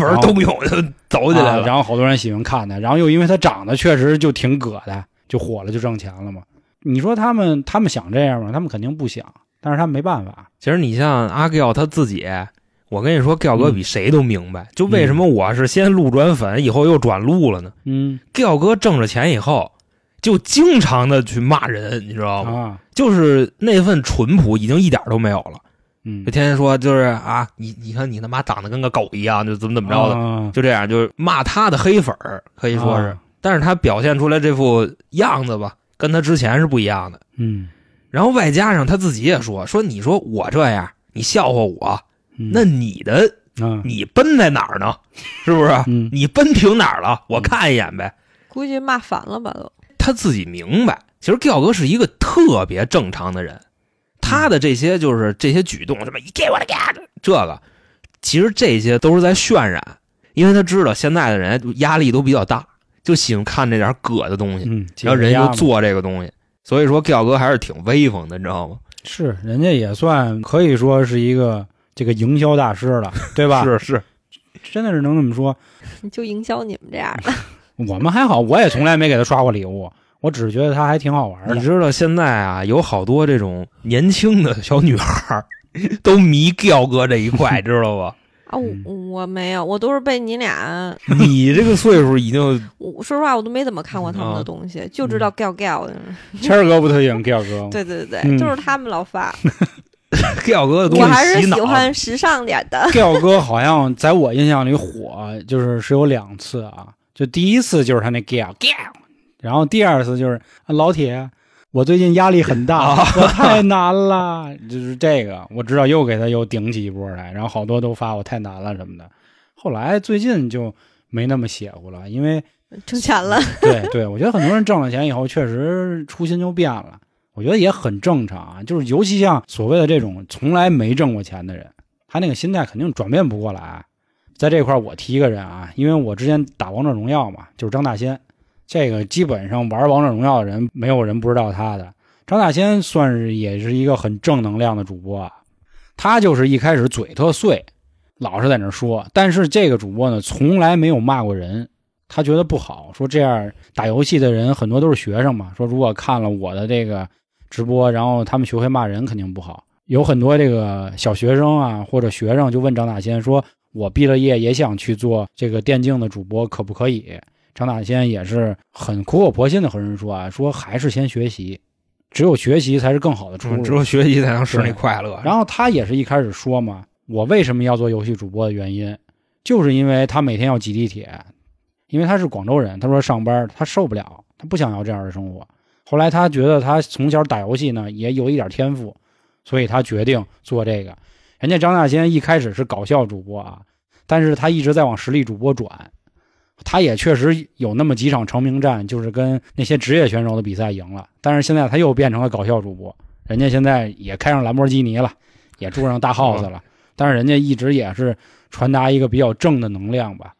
B: 玩冬泳就走起来
A: 啊
B: 了。
A: 然后好多人喜欢看他，然后又因为他长得确实就挺葛的，就火了，就挣钱了嘛。你说他们他们想这样吗？他们肯定不想，但是他们没办法。
B: 其实你像阿 Giao 他自己，我跟你说，Giao 哥
A: 嗯
B: 比谁都明白，就为什么我是先路转粉，以后又转路了呢
A: 嗯
B: ？Giao 哥挣着钱以后，就经常的去骂人，你知道吗？
A: 啊，
B: 就是那份淳朴已经一点都没有了，
A: 嗯
B: 就，天天说就是啊，你你看你他妈长得跟个狗一样，就怎么怎么着的，
A: 的，
B: 就这样，就是骂他的黑粉儿，可以说是。
A: 啊
B: 但是他表现出来这副样子吧，跟他之前是不一样的。
A: 嗯，
B: 然后外加上他自己也说说，你说我这样，你笑话我，
A: 嗯
B: 那你的
A: 啊，
B: 你奔在哪儿呢？是不是？
A: 嗯
B: 你奔停哪儿了？我看一眼呗。
C: 估计骂烦了吧都。 [LAUGHS]
B: 他自己明白，其实 Giao 哥是一个特别正常的人，他的这些就是这些举动，什么你给我的给我的这个，其实这些都是在渲染，因为他知道现在的人压力都比较大，就喜欢看这点葛的东西，
A: 嗯，
B: 然后人
A: 家
B: 就做这个东西，所以说 Giao 哥还是挺威风的，你知道吗？
A: 是人家也算可以说是一个这个营销大师了，对吧？
B: 是是，
A: 真的是能这么说。
C: 就营销你们这样的，
A: 我们还好，我也从来没给他刷过礼物，我只是觉得他还挺好玩
B: 你
A: 的。
B: 知道现在啊，有好多这种年轻的小女孩儿都迷 Giao 哥这一块，知
A: [LAUGHS]
B: 道吧？
C: 啊，我
A: 嗯
C: 我没有，我都是被你俩，
B: 你这个岁数已经 [LAUGHS]
C: 我说实话我都没怎么看过他
A: 嗯哦
C: 们的东西，就知道 giao giao 的。
A: 谦儿哥不特影 Giao 哥吗？
C: 对对对，
A: 嗯
C: 就是他们老发，
B: 吊哥的东
C: 我还
B: 西
C: 是
B: 洗脑
C: 喜，欢时尚点的。 [LAUGHS]
A: 吊哥好像在我印象里火，就是是有两次啊，就第一次就是他那 giao giao，然后第二次就是、啊老铁，我最近压力很大，我太难了，就是这个我知道又给他又顶起一波来，然后好多都发我太难了什么的，后来最近就没那么邪乎了，因为
C: 挣钱了，
A: 对对，我觉得很多人挣了钱以后，确实初心就变了，我觉得也很正常啊。就是尤其像所谓的这种从来没挣过钱的人，他那个心态肯定转变不过来。在这块儿，我提一个人啊，因为我之前打王者荣耀嘛，就是张大仙，这个基本上玩王者荣耀的人，没有人不知道他的。张大仙算是也是一个很正能量的主播啊，他就是一开始嘴特碎，老是在那儿说，但是这个主播呢，从来没有骂过人，他觉得不好，说这样打游戏的人很多都是学生嘛，说如果看了我的这个直播，然后他们学会骂人肯定不好。有很多这个小学生啊或者学生就问张大仙说：“我毕了业也想去做这个电竞的主播，可不可以？”张大仙也是很苦口婆心的和人说啊，说还是先学习，只有学习才是更好的出路。
B: 嗯只有学习才能使你快乐。
A: 然后他也是一开始说嘛，我为什么要做游戏主播的原因，就是因为他每天要挤地铁，因为他是广州人，他说上班他受不了，他不想要这样的生活。后来他觉得他从小打游戏呢也有一点天赋，所以他决定做这个。人家张大仙一开始是搞笑主播啊，但是他一直在往实力主播转。他也确实有那么几场成名战，就是跟那些职业选手的比赛赢了，但是现在他又变成了搞笑主播，人家现在也开上兰博基尼了，也住上大 house 了，但是人家一直也是传达一个比较正的能量吧。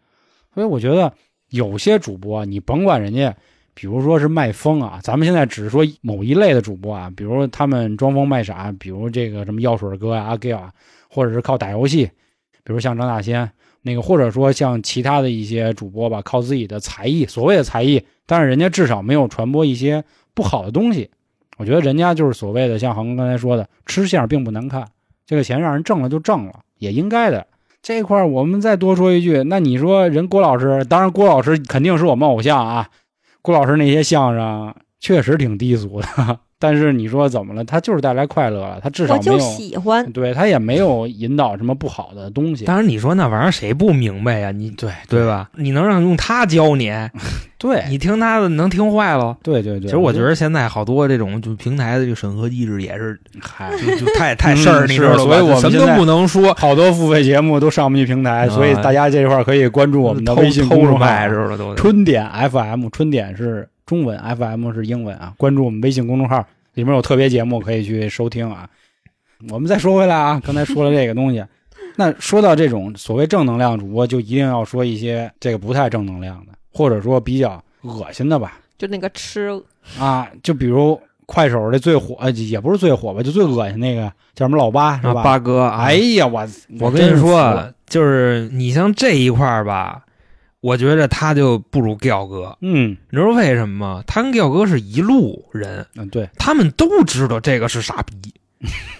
A: 所以我觉得有些主播，啊你甭管人家，比如说是卖疯啊，咱们现在只说某一类的主播啊，比如他们装疯卖傻，比如这个什么药水哥啊、阿 Giao 啊，或者是靠打游戏，比如像张大仙。那个或者说像其他的一些主播吧，靠自己的才艺，所谓的才艺，但是人家至少没有传播一些不好的东西。我觉得人家就是所谓的像航哥刚才说的，吃相并不难看，这个钱让人挣了就挣了，也应该的。这块儿我们再多说一句，那你说人郭老师，当然郭老师肯定是我们偶像啊，郭老师那些相声确实挺低俗的， [LAUGHS] 但是你说怎么了？他就是带来快乐了，他至少
C: 我
A: 没有
C: 就，喜欢。
A: 对他也没有引导什么不好的东西。
B: 当然，你说那玩意儿谁不明白呀？你
A: 对
B: 对吧？你能让用他教你，
A: 对，
B: 你听他的能听坏了。
A: 对对对，
B: 其实我觉得现在好多这种就平台的这个审核机制也是
A: 嗨，
B: 就就太太事儿，
A: 嗯
B: 你知道吧？
A: 是所以我们
B: 什么
A: 现在
B: 都不能说，
A: 好多付费节目都上不去平台，
B: 啊
A: 所以大家这块儿可以关注我们的微信
B: 偷
A: 公
B: 着
A: 众号
B: 卖
A: 啊
B: 知道吧？都得
A: 春点 FM，春点是中文，FM 是英文啊。关注我们微信公众号，
B: [LAUGHS]
A: 里面有特别节目可以去收听啊。我们再说回来啊，刚才说了这个东西，那说到这种所谓正能量主播，就一定要说一些这个不太正能量的，或者说比较恶心的吧。
C: 就那个吃
A: 啊，就比如快手这最火，呃也不是最火吧，就最恶心那个叫什么老八是
B: 啊
A: 吧？
B: 八哥，
A: 哎，呀，我
B: 我跟
A: 真
B: 你说，
A: 是服
B: 啊
A: 了，
B: 就是你像这一块儿吧，我觉着他就不如 giao 哥，
A: 嗯
B: 你知道为什么吗？他跟 giao 哥是一路人，
A: 嗯，对，
B: 他们都知道这个是傻
A: [LAUGHS]
B: 逼，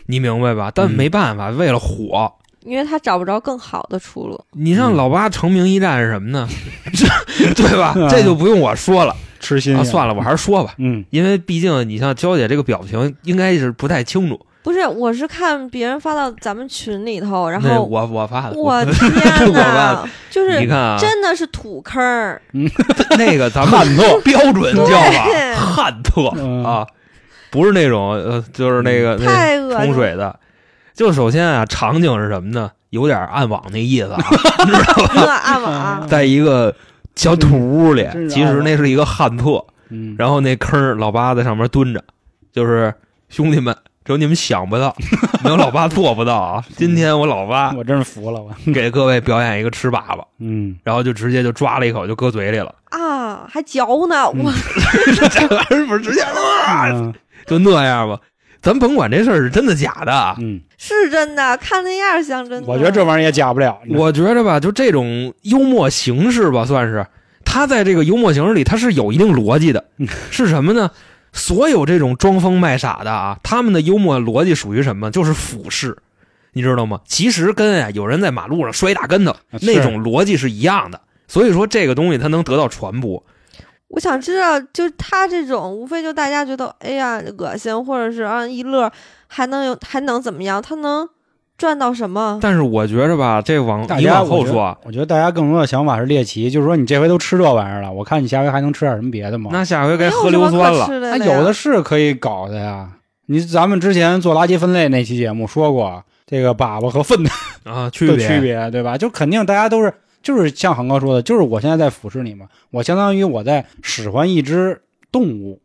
B: 你明白吧？但
A: 嗯
B: 没办法，为了火，
C: 因为他找不着更好的出路。
B: 你让
A: 嗯
B: 老八成名一战是什么呢？ [LAUGHS] 这对吧
A: [LAUGHS] 啊？
B: 这就不用我说了
A: 痴心
B: 啊，
A: 呀
B: 算了，我还是说吧，
A: 嗯
B: 因为毕竟你像娇姐这个表情应该是不太清楚。
C: 不是，我是看别人发到咱们群里头，然
B: 那
C: 后
B: 我我发的， [LAUGHS]
C: 我
B: 我
C: 天
B: 忘
C: 哪，就
B: 你
C: 是
B: 看啊，
C: 真的是土坑儿，
B: 那
A: [LAUGHS]
B: 个咱们
A: 汉特
B: 标准叫法
C: 对
B: 汉特
A: 嗯
B: 啊，不是那种呃，就是那个那
C: 太恶
B: 冲
C: 心了。
B: 水的。就首先啊，场景是什么呢？有点暗网那
A: [LAUGHS]
B: 意思啊，[LAUGHS]
C: 这暗网啊，
B: 在一个小土屋里
A: 真，是
B: 其实那是一个汉特，
A: 嗯，
B: 然后那坑儿老八在上面蹲着，就是兄弟们，只有你们想不到， [LAUGHS] 没有老八做不到啊！今天我老八
A: 我真是服了我，
B: 给各位表演一个吃粑粑，
A: 嗯，
B: 然后就直接就抓了一口就搁嘴里了， [LAUGHS]
C: 啊，还嚼呢，
A: 嗯
C: 我
B: 这玩意儿不是直接啊
A: 嗯
B: 就那样吧。咱甭管这事儿是真的假的啊，
A: 嗯，
C: 是真的，看那样儿像真的。
A: 我觉得这玩意儿也假不了，
B: 我觉着吧，就这种幽默形式吧，算是他在这个幽默形式里，他是有一定逻辑的
A: 嗯。
B: 是什么呢？所有这种装疯卖傻的啊，他们的幽默逻辑属于什么？就是俯视，你知道吗？其实跟啊有人在马路上摔一大跟头
A: 啊是
B: 那种逻辑是一样的。所以说这个东西它能得到传播，
C: 嗯我想知道，就他这种，无非就大家觉得，哎呀，恶心，或者是啊一乐，还能有还能怎么样？他能赚到什么？
B: 但是我觉着吧，这往
A: 大
B: 你
A: 家
B: 往后说啊，
A: 我觉得大家更多的想法是猎奇，就是说你这回都吃这玩意儿了，我看你下回还能吃点什么别的吗？
B: 那下回该
C: 没
B: 喝
C: 有什
B: 硫
C: 么可
B: 酸了。
C: 吃
A: 那
C: 的了呀
A: 有的是可以搞的呀。你咱们之前做垃圾分类那期节目说过，这个粑粑和粪的
B: 啊，区
A: 区
B: 别
A: 别，对吧？就肯定大家都是，就是像航哥说的，就是我现在在俯视你嘛，我相当于我在使唤一只动物，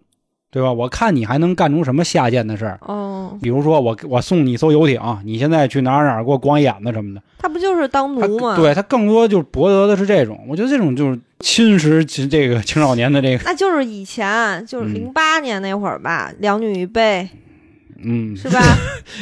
A: 对吧？我看你还能干出什么下贱的事儿。
C: 哦，
A: 比如说我我送你一艘游艇，你现在去哪儿哪儿给我光眼子什么的，
C: 他不就是当
A: 他
C: 奴吗？，
A: 对他更多就是博得的是这种，我觉得这种就是侵蚀其这个青少年的这个
C: 那就是以前就是
A: 嗯
C: 零八年那会儿吧，两女一杯
A: 嗯，
C: 是
A: [LAUGHS]
C: 吧？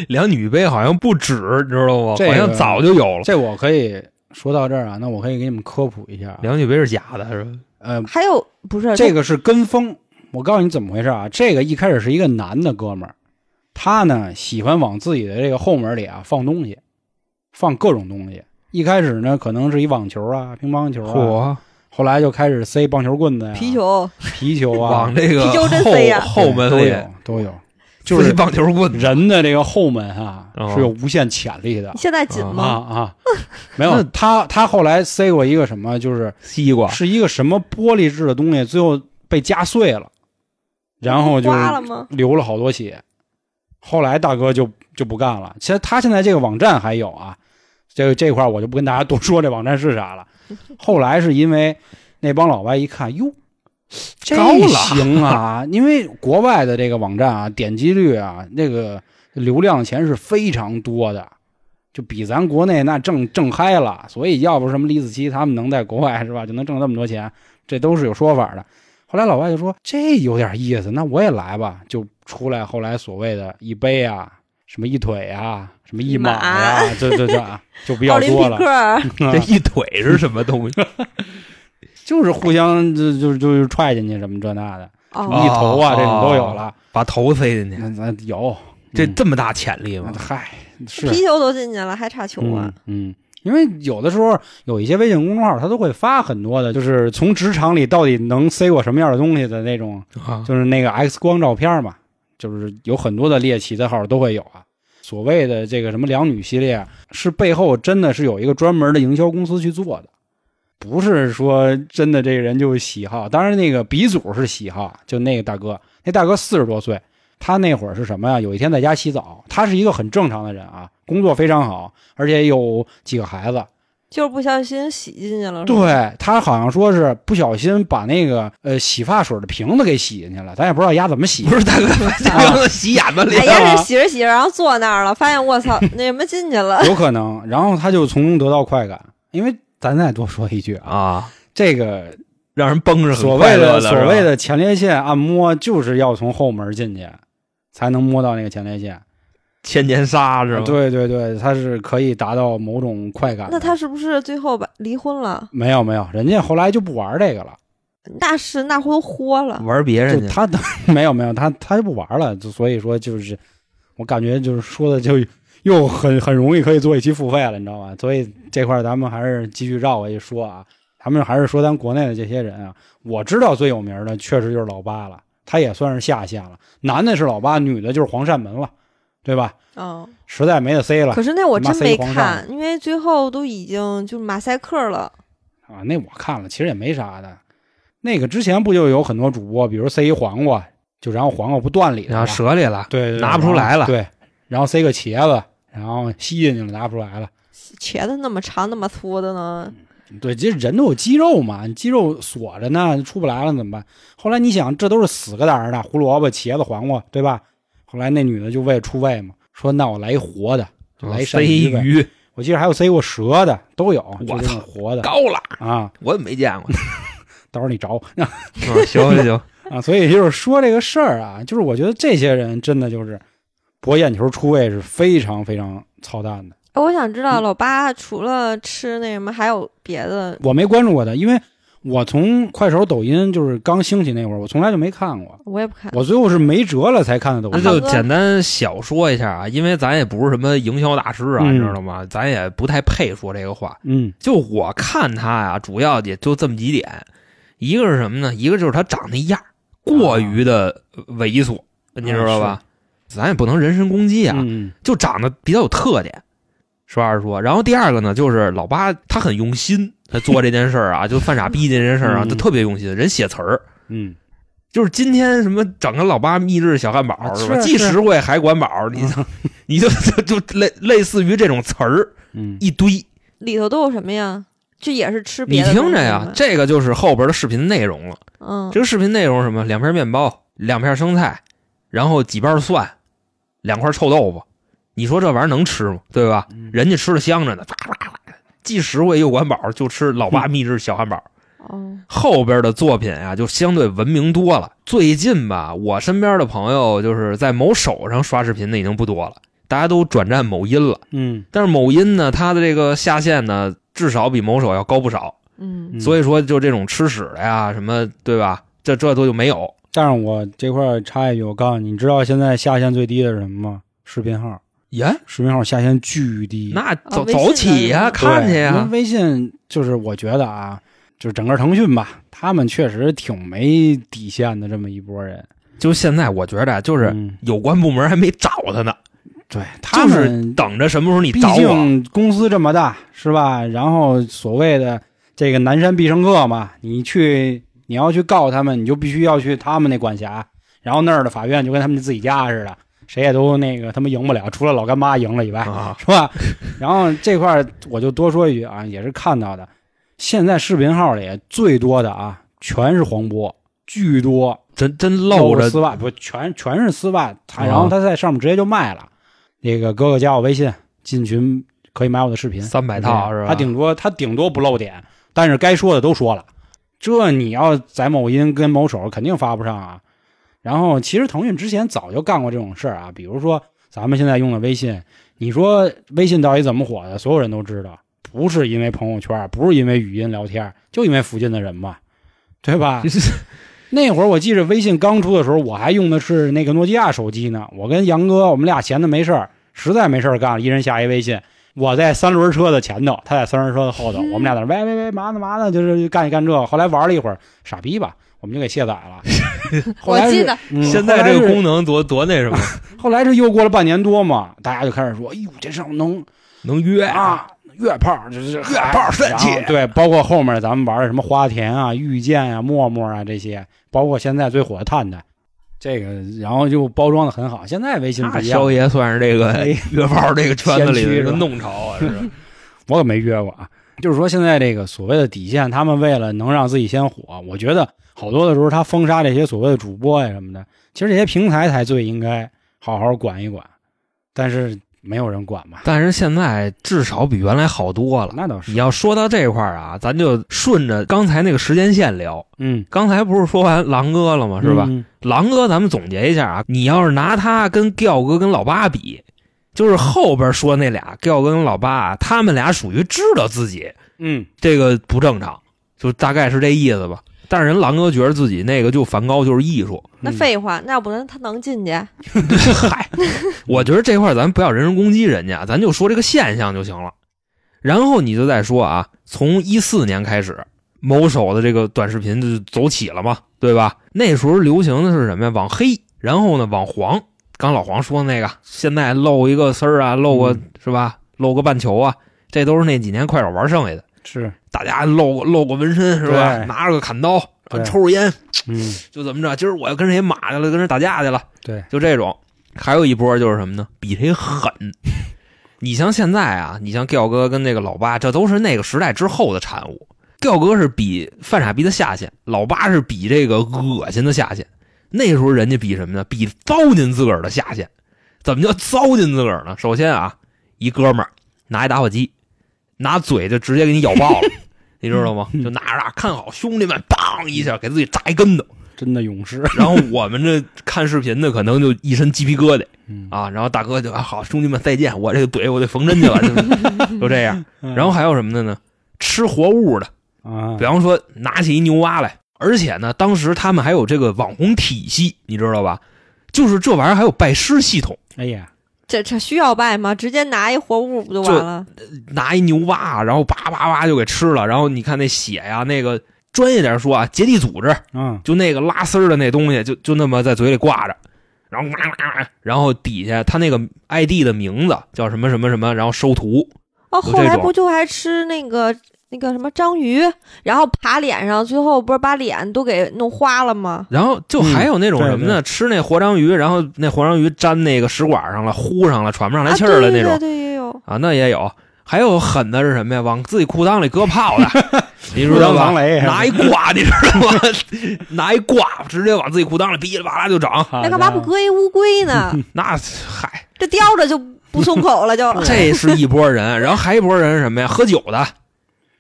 B: 两女一杯好像不止，你知道吗？
A: 这个
B: 好像早就有了。
A: 这我可以说到这儿啊，那我可以给你们科普一下啊，
B: 两女一杯是假的，是吧？
A: 呃，
C: 还有不是
A: 这个是跟风。我告诉你怎么回事啊？这个一开始是一个男的哥们儿，他呢喜欢往自己的这个后门里啊放东西，放各种东西。一开始呢可能是一网球啊、乒乓球啊，
B: 嚯，
A: 后来就开始塞棒球棍子呀、
C: 皮、球，
A: 皮球啊
B: 往，这个
C: 啤酒真塞呀
B: 后后门
A: 都
B: 里
A: 有都有，就
B: 塞
A: 是
B: 棒球棍子，
A: 人的这个后门啊
B: 哦
A: 是有无限潜力的
C: 你现在紧
A: 啊
C: 吗？
A: 啊！没有他他后来塞过一个什么，就是
B: 西瓜
A: 是一个什么玻璃制的东西，最后被夹碎了，然后就
C: 刮了吗？
A: 流了好多血。后来大哥就就不干了。其实他现在这个网站还有啊，这这块儿我就不跟大家多说这网站是啥了。后来是因为那帮老外一看，哟，这
B: 高了
A: 行啊，因为国外的这个网站啊，点击率啊，那个流量钱是非常多的。就比咱国内那挣挣嗨了，所以要不是什么李子柒他们能在国外是吧，就能挣这么多钱，这都是有说法的。后来老外就说这有点意思，那我也来吧，就出来后来所谓的一杯啊，什么一腿啊，什么一马呀、
C: [LAUGHS]
A: 这这这啊就比
C: 奥
A: 较
C: 林
A: 多
C: 匹
A: 了， [LAUGHS]
C: 克，
A: 啊
B: 这一腿是什么东西？
A: 就是互相就就就踹进去什么这那的，什么
C: 哦
A: 一头啊、这种都有了，
B: 把头塞进去，
A: 那咱有
B: [LAUGHS] 这
A: 嗯
B: 这么大潜力吗
A: 那？嗨是
C: 皮球都进去了，还差球啊
A: 嗯？嗯，因为有的时候有一些微信公众号，它都会发很多的，就是从职场里到底能塞我什么样的东西的那种，
B: 啊，
A: 就是那个 X 光照片嘛，就是有很多的猎奇的号都会有啊。所谓的这个什么两女系列，是背后真的是有一个专门的营销公司去做的，不是说真的这个人就喜好。当然，那个鼻祖是喜好，就那个大哥，那大哥四十多岁，他那会儿是什么呀？有一天在家洗澡，他是一个很正常的人啊，工作非常好，而且有几个孩子，
C: 就是不小心洗进去了，是吧，
A: 对他好像说是不小心把那个呃洗发水的瓶子给洗进去了，咱也不知道丫怎么洗
B: 不。是大哥，
A: 啊
B: [LAUGHS] 大哥洗眼子里
C: 哎呀，这洗着洗着，然后坐那儿了，发现
A: [LAUGHS]
C: 我操，那什么进去了， [LAUGHS]
A: 有可能，然后他就从中得到快感，因为咱再多说一句啊，
B: 啊，
A: 这个
B: 让人绷着很
A: 所
B: 快
A: 谓
B: 乐
A: 的
B: 的
A: 所谓
B: 的
A: 的前列腺按摩，就是要从后门进去，才能摸到那个前列腺。
B: 千年杀是吧？
A: 啊对对对，它是可以达到某种快感的。
C: 那他是不是最后把离婚了？
A: 没有没有，人家后来就不玩这个了，
C: 那是那回豁了，
B: 玩别人
A: 就
B: 去，
A: 他 [LAUGHS] 没有没有他他就不玩了，就所以说就是我感觉就是说的就又很很容易可以做一期付费了，你知道吗？所以这块儿咱们还是继续绕回去说啊，咱们还是说咱国内的这些人啊，我知道最有名的确实就是老八了，他也算是下线了，男的是老八，女的就是黄善门了，对吧？
C: 嗯。
A: 实在没得塞了
C: 可是那我
A: 马
C: 真
A: 赛
C: 没
A: 皇
C: 看，因为最后都已经就马赛克了。
A: 啊，那我看了，其实也没啥的。那个之前不就有很多主播，比如塞一黄瓜，就然后黄瓜不断理
B: 然后
A: 了，
B: 折里了，
A: 对，对
B: 拿不出来了
A: 对，然后塞个茄子，然后吸进去了，拿不出来了。
C: 茄子那么长那么粗的呢，
A: 对，这人都有肌肉嘛，你肌肉锁着呢，出不来了怎么办？后来你想，这都是死个胆儿的，胡萝卜、茄子、黄瓜，对吧？后来那女的就为出位嘛，说那我来一活的，就来一鳝
B: 飞
A: 呗。
B: 鱼
A: 我记得还有塞过蛇的，都有，就
B: 我
A: 这种
B: 操
A: 活的
B: 高了，
A: 啊，
B: 我也没见过。
A: 到时候你找我。
B: 嗯行行行，
A: [LAUGHS] 啊，所以就是说这个事儿啊，就是我觉得这些人真的就是博眼球出位是非常非常操蛋的。
C: 哎我想知
B: 嗯
C: 道老八除了吃那什么，还有别的
A: 我没关注过他，因为我从快手、抖音就是刚兴起那会儿，我从来就没看过。
C: 我也不看。
A: 我最后是没辙了才看的抖
B: [LAUGHS] 那
A: 音。
B: 就简单小说一下啊，因为咱也不是什么营销大师啊，
A: 嗯
B: 你知道吗？咱也不太配说这个话。
A: 嗯
B: 就我看他呀、主要也就这么几点，一个是什么呢？一个就是他长那样儿
A: 啊
B: 过于的猥琐，你知道吧？咱也不能人身攻击啊，
A: 嗯
B: 就长得比较有特点，实话实说。然后第二个呢，就是老八他很用心，他做这件事儿啊，就 [LAUGHS] 犯傻逼这件事儿啊，
A: 嗯
B: 他特别用心，人写词儿。
A: 嗯，
B: 就是今天什么整个老八秘制小汉堡、
A: 啊
B: 是吧？
A: 是
B: 既
A: 是啊
B: 实惠还管饱，你就、 [LAUGHS] 你就就就类类似于这种词儿
A: 嗯
B: 一堆，
C: 里头都有什么呀？这也是吃
B: 你
C: 别的。
B: 听着呀，，这个就是后边的视频内容了。
C: 嗯
B: 这，个视频内容是什么？两片面包，两片生菜，然后几瓣蒜，两块臭豆腐。你说这玩意儿能吃吗？对吧？
A: 嗯
B: 人家吃的香着呢，啪啪啪，既实惠又管饱，就吃老八秘制小汉堡。
C: 哦，
B: 后边的作品啊，就相对文明多了。最近吧，我身边的朋友就是在某手上刷视频的已经不多了，大家都转战某音了。
A: 嗯
B: 但是某音呢，它的这个下限呢，至少比某手要高不少。
C: 嗯
A: 嗯，
B: 所以说，就这种吃屎的呀，什么对吧？这这都就没有。
A: 但是我这块儿插一句，我告诉你，你知道现在下线最低的是什么吗？视频号，
B: 耶、
A: 视频号下线巨低。
B: 那
C: 啊
B: 走
C: 微信
B: 走起呀、
C: 啊
B: 看去呀、
A: 对因为微信就是我觉得啊，就是整个腾讯吧，他们确实挺没底线的这么一拨人。
B: 就现在，我觉得啊就是
A: 嗯
B: 有关部门还没找他呢，
A: 对他
B: 就是
A: 们，
B: 等着什么时候你
A: 毕
B: 找我。
A: 竟公司这么大，是吧？然后所谓的这个南山必胜客嘛，你去你要去告他们，你就必须要去他们那管辖，然后那儿的法院就跟他们自己家似的，谁也都那个他们赢不了，除了老干妈赢了以外，
B: 啊，
A: 是吧？然后这块儿我就多说一句啊，也是看到的，现在视频号里最多的啊，全是黄渤，巨多，
B: 真真
A: 露
B: 露着
A: 丝袜，不全全是丝袜，他
B: 啊
A: 然后他在上面直接就卖了。那个哥哥加我微信，进群可以买我的视频，
B: 三百套是吧？
A: 他顶多他顶多不露点，但是该说的都说了。这你要在某音跟某手肯定发不上啊。然后其实腾讯之前早就干过这种事儿啊，比如说咱们现在用的微信，你说微信到底怎么火的，所有人都知道，不是因为朋友圈，不是因为语音聊天，就因为附近的人嘛，对吧？ [LAUGHS] 那会儿我记着微信刚出的时候，我还用的是那个诺基亚手机呢。我跟杨哥，我们俩闲的没事儿，实在没事儿干了，一人下一微信。我在三轮车的前头，他在三轮车的后头，
B: 嗯
A: 我们俩在那儿喂喂喂嘛呢嘛呢，就是干一干这个。后来玩了一会儿，傻逼吧，我们就给卸载了。后
B: [LAUGHS]
C: 我
A: 来是
C: 记得，
A: 嗯
B: 现在这
A: 后
B: 个
A: 来是
B: 功能多多那什 [LAUGHS] 么，
A: 后来是又过了半年多嘛，大家就开始说，哎呦，这上能
B: 能约！
A: 啊，月炮就是月
B: 炮神器
A: 对，包括后面咱们玩的什么花田啊、遇见啊、陌陌啊这些，包括现在最火的探探，这个然后就包装的很好。现在微信不
B: 那
A: 一样
B: 肖，爷算是这个
A: 哎
B: 约炮这个圈子里
A: 先驱
B: 的
A: 是吧
B: [LAUGHS] 弄潮啊，是吧
A: 我可没约过啊。就是说现在这个所谓的底线，他们为了能让自己先火，我觉得好多的时候他封杀这些所谓的主播呀什么的，其实这些平台才最应该好好管一管，但是没有人管吧？
B: 但是现在至少比原来好多了。
A: 那倒是
B: 你，要说到这块儿啊，咱就顺着刚才那个时间线聊。
A: 嗯，
B: 刚才不是说完狼哥了吗？是吧？
A: 嗯？
B: 狼哥，咱们总结一下啊，你要是拿他跟吊哥跟老八比，就是后边说那俩吊哥跟老八啊，他们俩属于知道自己
A: 嗯，
B: 这个不正常，就大概是这意思吧。但是人狼哥觉得自己那个就梵高就是艺术，
C: 那
A: 嗯
C: 废话，那不能他能进去？
B: [LAUGHS] 嗨，我觉得这块儿咱不要人身攻击人家，咱就说这个现象就行了。然后你就再说啊，从一四年开始，某手的这个短视频就走起了嘛，对吧？那时候流行的是什么呀？往黑，然后呢往黄。刚老黄说的那个，现在露一个丝儿啊，露个、
A: 嗯
B: 是吧？露个半球啊，这都是那几年快手玩剩下的。
A: 是，
B: 大家露露个纹身是吧？
A: 对
B: 拿着个砍刀，
A: 对
B: 抽着烟，
A: 嗯，
B: 就怎么着？今儿我要跟谁骂去了，跟人打架去了，
A: 对，
B: 就这种。还有一波就是什么呢？比谁狠。 [LAUGHS] 你像现在啊，你像吊哥跟那个老八，这都是那个时代之后的产物。吊哥是比犯傻逼的下限，老八是比这个恶心的下限。那时候人家比什么呢？比糟践自个儿的下限。怎么叫糟践自个儿呢？首先啊，一哥们儿拿一打火机，拿嘴就直接给你咬爆了，你知道吗？就拿着啊看好兄弟们，梆一下给自己扎一跟头。
A: 真的勇士，
B: 然后我们这看视频的可能就一身鸡皮疙瘩
A: 嗯
B: 啊，然后大哥就啊好，兄弟们再见，我这个怼我得缝针去了，就就这样。然后还有什么的呢？吃活物的，
A: 嗯啊
B: 比，方说拿起一牛蛙来，而且呢，当时他们还有这个网红体系，你知道吧？就是这玩意儿还有拜师系统，
A: 哎呀，
C: 这这需要拜吗？直接拿一活物不就完了？
B: 拿一牛蛙啊，然后叭叭叭就给吃了，然后你看那血呀、那个专业点说啊，结缔组织，
A: 嗯，
B: 就那个拉丝儿的那东西，就就那么在嘴里挂着，然后哇哇哇然后底下他那个 ID 的名字叫什么什么什么，然后收徒，
C: 哦，
B: 有
C: 后
B: 这
C: 来
B: 种
C: 不就还吃那个那个什么章鱼，然后爬脸上，最后不是把脸都给弄花了吗？
B: 然后就
A: 嗯
B: 还有那种
A: 对
B: 什么呢？吃那活章鱼，然后那活章鱼粘那个食管上了，呼上了，喘不上来气儿了
C: 啊、
B: 那
C: 对
B: 种
C: 对对，也有。
B: 啊那也有。还有狠的是什么呀？往自己裤裆里搁炮的，
A: [LAUGHS]
B: 你知道
A: 裤裆
B: 吧
A: 狼？雷
B: 拿一挂，你知道吗？ [LAUGHS] 拿一挂，直接往自己裤裆里噼里啪啦就长。
A: 好
C: 那干嘛
A: 家伙
C: 不搁一乌
B: [LAUGHS]
C: 龟呢？
B: 那嗨，
C: 这叼着就不松
B: [LAUGHS]
C: 口了就， [LAUGHS]
B: 这是一波人，然后还一波人是什么呀？喝酒的，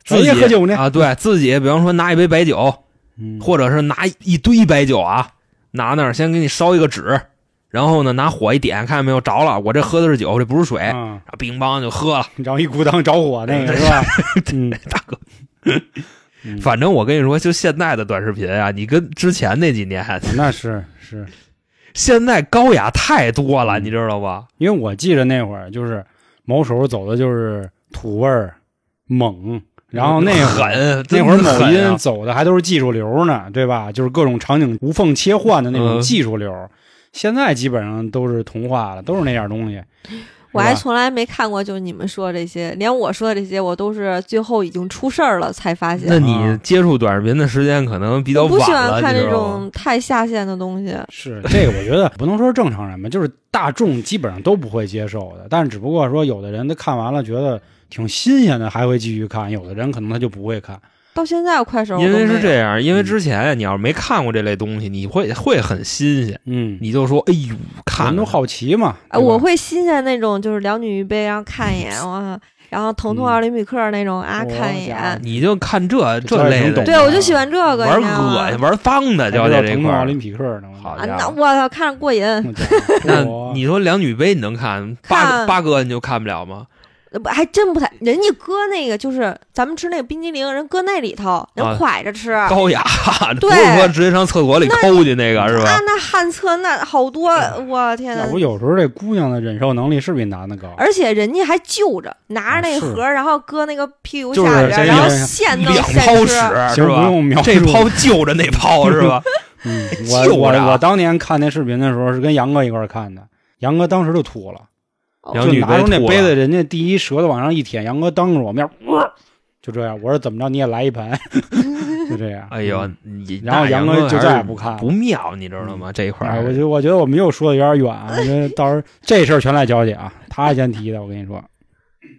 B: 自己
A: 哎喝酒呢
B: 啊，对自己，比方说拿一杯白酒，
A: 嗯
B: 或者是拿一堆白酒啊，拿那儿先给你烧一个纸，然后呢拿火一点，看见没有着了，我这喝的是酒，这不是水，
C: 嗯
B: 然
A: 啊，
B: 后乒乓就喝了。
A: 然后一裤裆着火那个是
B: [LAUGHS]
A: 吧？嗯，
B: 大哥，
A: 嗯
B: 反正我跟你说，就现在的短视频啊，你跟之前那几年，
A: 那是是，
B: 现在高雅太多了，
A: 嗯
B: 你知道吧？
A: 因为我记着那会儿就是毛手走的就是土味儿猛，然后那会儿。
B: 狠，
C: 嗯
A: 那会儿
B: [LAUGHS] 真的
A: 某
B: 狠啊
A: 音走的还都是技术流呢，对吧？就是各种场景无缝切换的那种
B: 嗯
A: 技术流，现在基本上都是同化了，都是那样东西。
C: 我还
A: 是吧
C: 从来没看过，就你们说这些，连我说的这些，我都是最后已经出事儿了才发
B: 那
C: 现。
B: 你接触短视频的时间可能比较晚
C: 我不
B: 了，哦
C: 喜欢看
B: 你
C: 这
B: 知道吗
C: 种太下线的东西。
A: 是这个，我觉得不能说是正常人吧，就是大众基本上都不会接受的。但是只不过说，有的人他看完了觉得挺新鲜的，还会继续看；有的人可能他就不会看。
C: 到现在快手我
B: 因
C: 都
B: 为
C: 没
B: 是
C: 有
B: 这样，因为
A: 嗯
B: 之前你要是没看过这类东西，你会会很新鲜，
A: 嗯，
B: 你就说哎呦，看
A: 人都
B: 着
A: 好奇嘛。
C: 啊，
A: 对吧
C: 我会新鲜那种，就是两女一杯，然后看一眼，哇，然后疼痛
A: 嗯
C: 奥林匹克那种啊，
A: 我
C: 看一
A: 想
C: 眼。
B: 你就看这
A: 这也
B: 类
A: 能
B: 的
A: 懂，
C: 对，我就喜欢这个，
B: 玩
C: 你知道
B: 恶心
C: 吗？
B: 玩脏的，
A: 还知
B: 就
A: 道
B: 在这
A: 疼
B: 块
A: 奥
B: 儿
A: 林。匹克呢。我
B: 好
C: 啊，
B: 家
C: 那
B: 伙，
C: 我操，看着过瘾，呃
A: 我家
B: [LAUGHS] 那
A: 伙
B: 你说两女杯你能看八
C: 看
B: 八哥你就看不了吗？
C: 不还真不太。人家搁那个就是咱们吃那个冰激凌，人搁那里头，人
B: 啊
C: 蒯着吃。
B: 高雅不
C: 对
B: 是说直接上厕所里抠去那个是
C: 啊
B: 吧？，
C: 那旱厕那好多，我天
A: 要
C: 呐！
A: 不有时候这姑娘的忍受能力是比男的高。
C: 而且人家还就着，拿着那
A: 啊是
C: 盒儿，然后搁那个屁股下
A: 就是这
C: 边儿，然后
A: 样呀
C: 现弄
B: 两泡屎
C: 现吃。
A: 行，
B: 是
A: 不
B: 吧？
A: 用描述
B: 这泡就着那
A: [LAUGHS]
B: 泡是吧？ [LAUGHS]
A: 嗯，
B: 就
A: 我
B: 着啊
A: 我我当年看那视频的时候是跟杨哥一块儿看的，杨哥当时就吐了，
B: 两
A: 就
B: 女
A: 拿
B: 杯
A: 出那
B: 吐
A: 杯
B: 了
A: 子，人家第一舌头往上一舔，杨哥当着我面，呃就这样。我说怎么着你也来一盘，就这样。
B: 哎呦
A: 嗯，，
B: 你
A: 然后
B: 那
A: 杨
B: 杨
A: 哥就
B: 还
A: 再
B: 是
A: 也不看了
B: 不妙，你知道吗？这一块
A: 哎，
B: 儿
A: 我觉得我觉得
B: [LAUGHS]
A: 啊我们又说的有点远啊，我觉得到时候这事儿全赖娇姐啊，她先提的，我跟你说，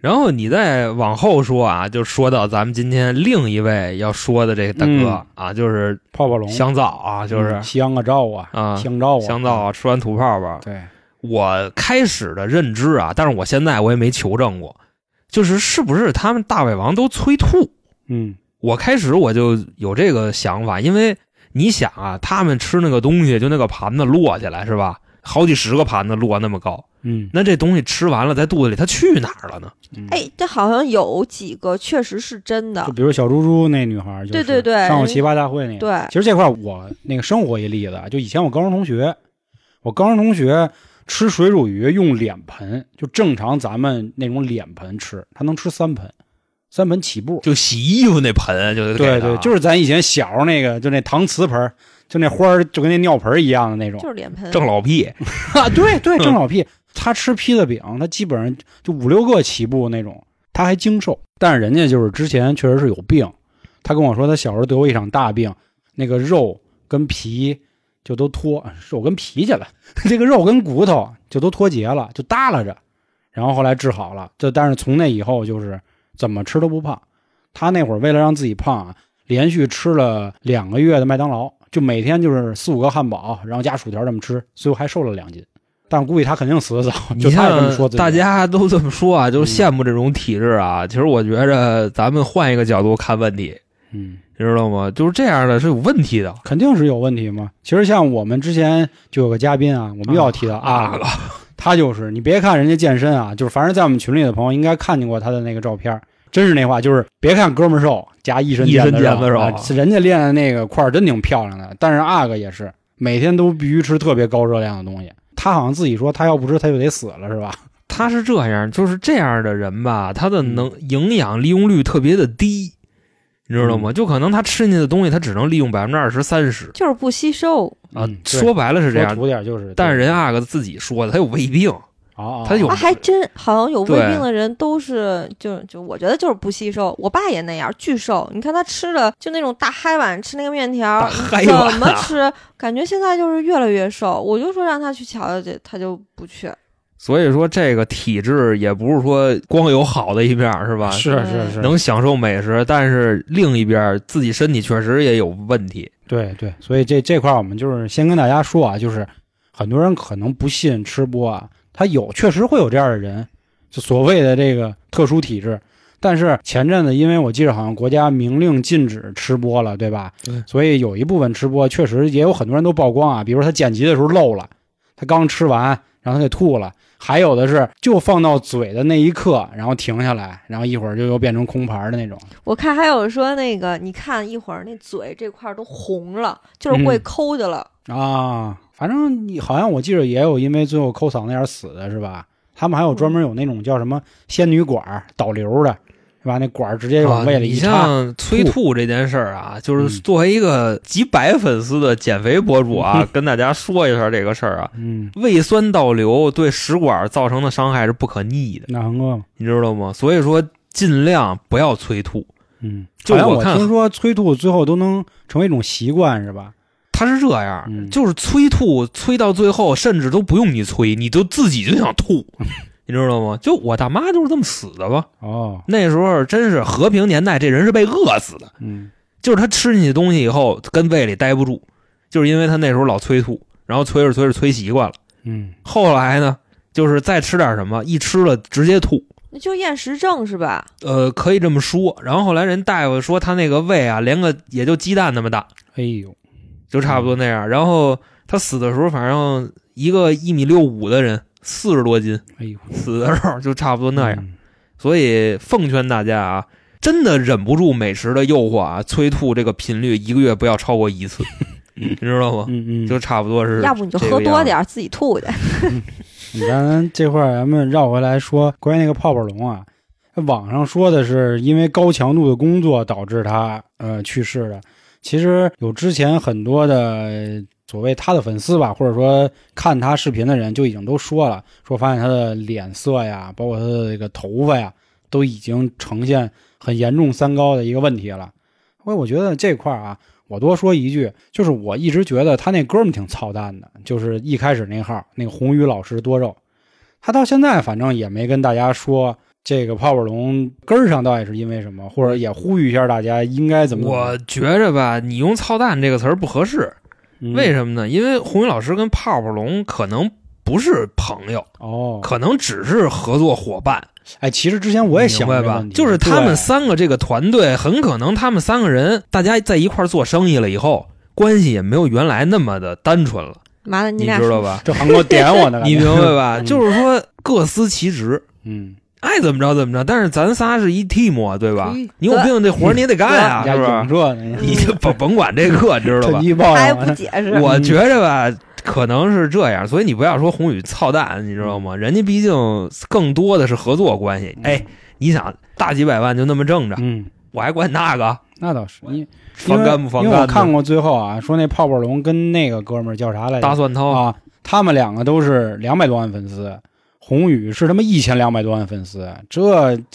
B: 然后你再往后说啊，就说到咱们今天另一位要说的这个大哥啊，就是
A: 泡泡龙
B: 香皂啊，就是
A: 嗯香啊皂啊
B: 啊
A: 香皂啊
B: 香皂啊吃完吐泡泡。
A: 对，
B: 我开始的认知啊，但是我现在我也没求证过，就是是不是他们大胃王都催吐？
A: 嗯
B: 我开始我就有这个想法，因为你想啊，他们吃那个东西，就那个盘子摞起来是吧？好几十个盘子摞那么高，
A: 嗯
B: 那这东西吃完了在肚子里，它去哪儿了呢？
A: 嗯，
C: 哎，这好像有几个确实是真的
A: 就，比如小猪猪那女孩儿，就是
C: 对对对
A: 上过奇葩大会那个。
C: 对
A: 其实这块儿我那个生活一例子啊，就以前我高中同学，我高中同学吃水煮鱼用脸盆，就正常咱们那种脸盆吃，他能吃三盆，三盆起步。
B: 就洗衣服那盆，就给
A: 对
B: 它
A: 对，就是咱以前小时候那个，就那搿瓷盆儿，就那花儿就跟那尿盆儿一样的那种
C: 就是脸盆。
B: 正老屁，
A: 啊。对对，郑老屁他吃披萨饼，他基本上就五六个起步那种，他还精瘦。但是人家就是之前确实是有病，他跟我说他小时候得过一场大病，那个肉跟皮就都脱，肉跟皮去了， [LAUGHS] 这个肉跟骨头就都脱节了，就耷拉着。然后后来治好了，就但是从那以后就是怎么吃都不胖。他那会儿为了让自己胖啊，连续吃了两个月的麦当劳，就每天就是四五个汉堡，然后加薯条这么吃，最后还瘦了两斤。但估计他肯定死得早，就
B: 嗯你
A: 他也这么
B: 像
A: 说自己。
B: 大家都这么说啊，就
A: 嗯
B: 羡慕这种体质啊。其实我觉着咱们换一个角度看问题，
A: 嗯，
B: 你知道吗？就是这样的是有问题的。
A: 肯定是有问题嘛。其实像我们之前就有个嘉宾啊，我们又要提到啊，
B: 啊 [LAUGHS]
A: 他就是你别看人家健身啊，就是凡是在我们群里的朋友应该看见过他的那个照片儿，真是那话，就是别看哥们儿瘦加一身
B: 一身
A: 腱
B: 腱子
A: 肉，
B: 肉
A: 啊人家练的那个块儿真挺漂亮的。但是阿哥也是每天都必须吃特别高热量的东西，他好像自己说他要不吃他就得死了是吧？
B: 他是这样，就是这样的人吧，他的
A: 嗯
B: 能营养利用率特别的低，你知
A: 嗯
B: 道吗？就可能他吃进去的东西，他只能利用百分之二十、三十
C: 就是不吸收，
B: 啊。
A: 嗯对
B: 说白了是这
A: 说
B: 样，
A: 土点儿就是，
B: 但是人阿哥自己说的，他有胃病，
A: 啊啊，
B: 他有
C: 啊，还真好像有胃
B: 对
C: 病的人都是，就就我觉得就是不吸收。我爸也那样，巨瘦。你看他吃的就那种大嗨碗，吃那个面条
B: 大
C: 儿，
B: 嗨
C: 怎
B: 碗
C: 么
B: 啊
C: 吃，感觉现在就是越来越瘦。我就说让他去瞧瞧去，他就不去。
B: 所以说这个体质也不是说光有好的一面儿是吧？
A: 是是是，
B: 能享受美食，但是另一边儿自己身体确实也有问题。
A: 对对，所以这这块儿我们就是先跟大家说啊，就是很多人可能不信吃播啊，他有确实会有这样的人，就所谓的这个特殊体质。但是前阵子，因为我记得好像国家明令禁止吃播了，对吧？
B: 对
A: 所以有一部分吃播确实也有很多人都曝光啊，比如说他剪辑的时候漏了，他刚吃完，然后他给吐了；还有的是就放到嘴的那一刻，然后停下来，然后一会儿就又变成空盘儿的那种。
C: 我看还有说那个，你看一会儿那嘴这块儿都红了，就是会
A: 嗯
C: 抠的了。
A: 啊，反正你好像我记着也有因为最后抠嗓子眼儿死的是吧？他们还有专门有那种叫什么仙女管儿导流的，是吧？那管儿直接往胃
B: 啊
A: 里
B: 你
A: 一插，
B: 像催吐这件事儿啊，就是
A: 嗯
B: 作为一个几百粉丝的减肥博主啊， [LAUGHS] 跟大家说一下这个事儿啊。
A: 嗯，
B: 胃酸倒流对食管造成的伤害是不可逆的，
A: 那很饿，
B: 你知道吗？所以说尽量不要催吐。
A: 嗯，
B: 就
A: 好像
B: 我
A: 我
B: 看
A: 听说催吐最后都能成为一种习惯，是吧？
B: 它是这样，
A: 嗯
B: 就是催吐，催到最后甚至都不用你催，你就自己就想 [LAUGHS] 吐，你知道吗？就我大妈就是这么死的吧。
A: 哦，
B: 那时候真是和平年代，这人是被饿死的，
A: 嗯，
B: 就是他吃进去东西以后跟胃里待不住，就是因为他那时候老催吐，然后催着催着催习惯了。
A: 嗯，
B: 后来呢，就是再吃点什么，一吃了直接吐，
C: 那就厌食症是吧？
B: 呃，可以这么说。然后后来人大夫说他那个胃啊，连个也就鸡蛋那么大，
A: 哎呦，
B: 就差不多那样。然后他死的时候，反正一个一米六五的人，四十多斤，
A: 哎呦，
B: 死的时候就差不多那样。
A: 嗯
B: 所以奉劝大家啊，真的忍不住美食的诱惑啊，催吐这个频率一个月不要超过一
A: [LAUGHS]
B: 次，你知道吗？
A: 嗯嗯，
B: 啊就差不多是。
C: 要不你就喝多点，儿，自己吐去。
A: 你看这块儿，咱们绕回来说，关于那个泡泡龙啊，网上说的是因为高强度的工作导致他呃去世的。其实有之前很多的呃所谓他的粉丝吧，或者说看他视频的人就已经都说了，说发现他的脸色呀，包括他的这个头发呀，都已经呈现很严重三高的一个问题了。所以我觉得这块儿啊，我多说一句，就是我一直觉得他那哥们儿挺操蛋的，就是一开始那号那个红宇老师多肉，他到现在反正也没跟大家说这个泡泡龙根儿上到底是因为什么，或者也呼吁一下大家应该怎么？
B: 我觉着吧，你用“操蛋”这个词儿不合适，为
A: 么？
B: 什么呢？因为红云老师跟泡泡龙可能不是朋友，
A: 哦，
B: 可能只是合作伙伴。
A: 哎，其实之前我也
B: 明
A: 想
B: 白
A: 这个
B: 吧
A: 问？题
B: 就是他们
A: 对
B: 三个这个团队，很可能他们三个人大家在一块儿做生意了以后，关系也没有原来那么的单纯了，
C: 完了，你
B: 你
C: 俩
B: 知
C: 是
B: 道吧？
A: 这韩国点我呢，感觉
B: 你明白吧？
A: [LAUGHS] 嗯
B: 就是说各司其职，
A: 嗯，
B: 爱怎么着怎么着。但是咱仨是一 team 啊，对吧
C: 嗯？
B: 你有病这活儿你也得干
A: 你
B: 啊，
A: 家
B: 是不
A: 影
B: 是？
A: 射呢？
B: 你就甭甭管这个，知道吧
A: [LAUGHS] 特？技报啊
C: 还
A: 呀，
C: 不解释？
B: 我觉着吧，可能是这样，所以你不要说宏宇操蛋，你知道
A: 嗯
B: 吗？人家毕竟更多的是合作关系。哎，你想大几百万就那么挣着，
A: 嗯，
B: 我还管那个
A: 那倒是，因
B: 防干不防
A: 因为我
B: 干
A: 看
B: 的？
A: 过最后啊，说那泡泡龙跟那个哥们儿叫啥来
B: 大哦
A: 着？
B: 蒜头，
A: 啊，他们两个都是两百多万粉丝，宏宇是他妈一千两百多万粉丝，这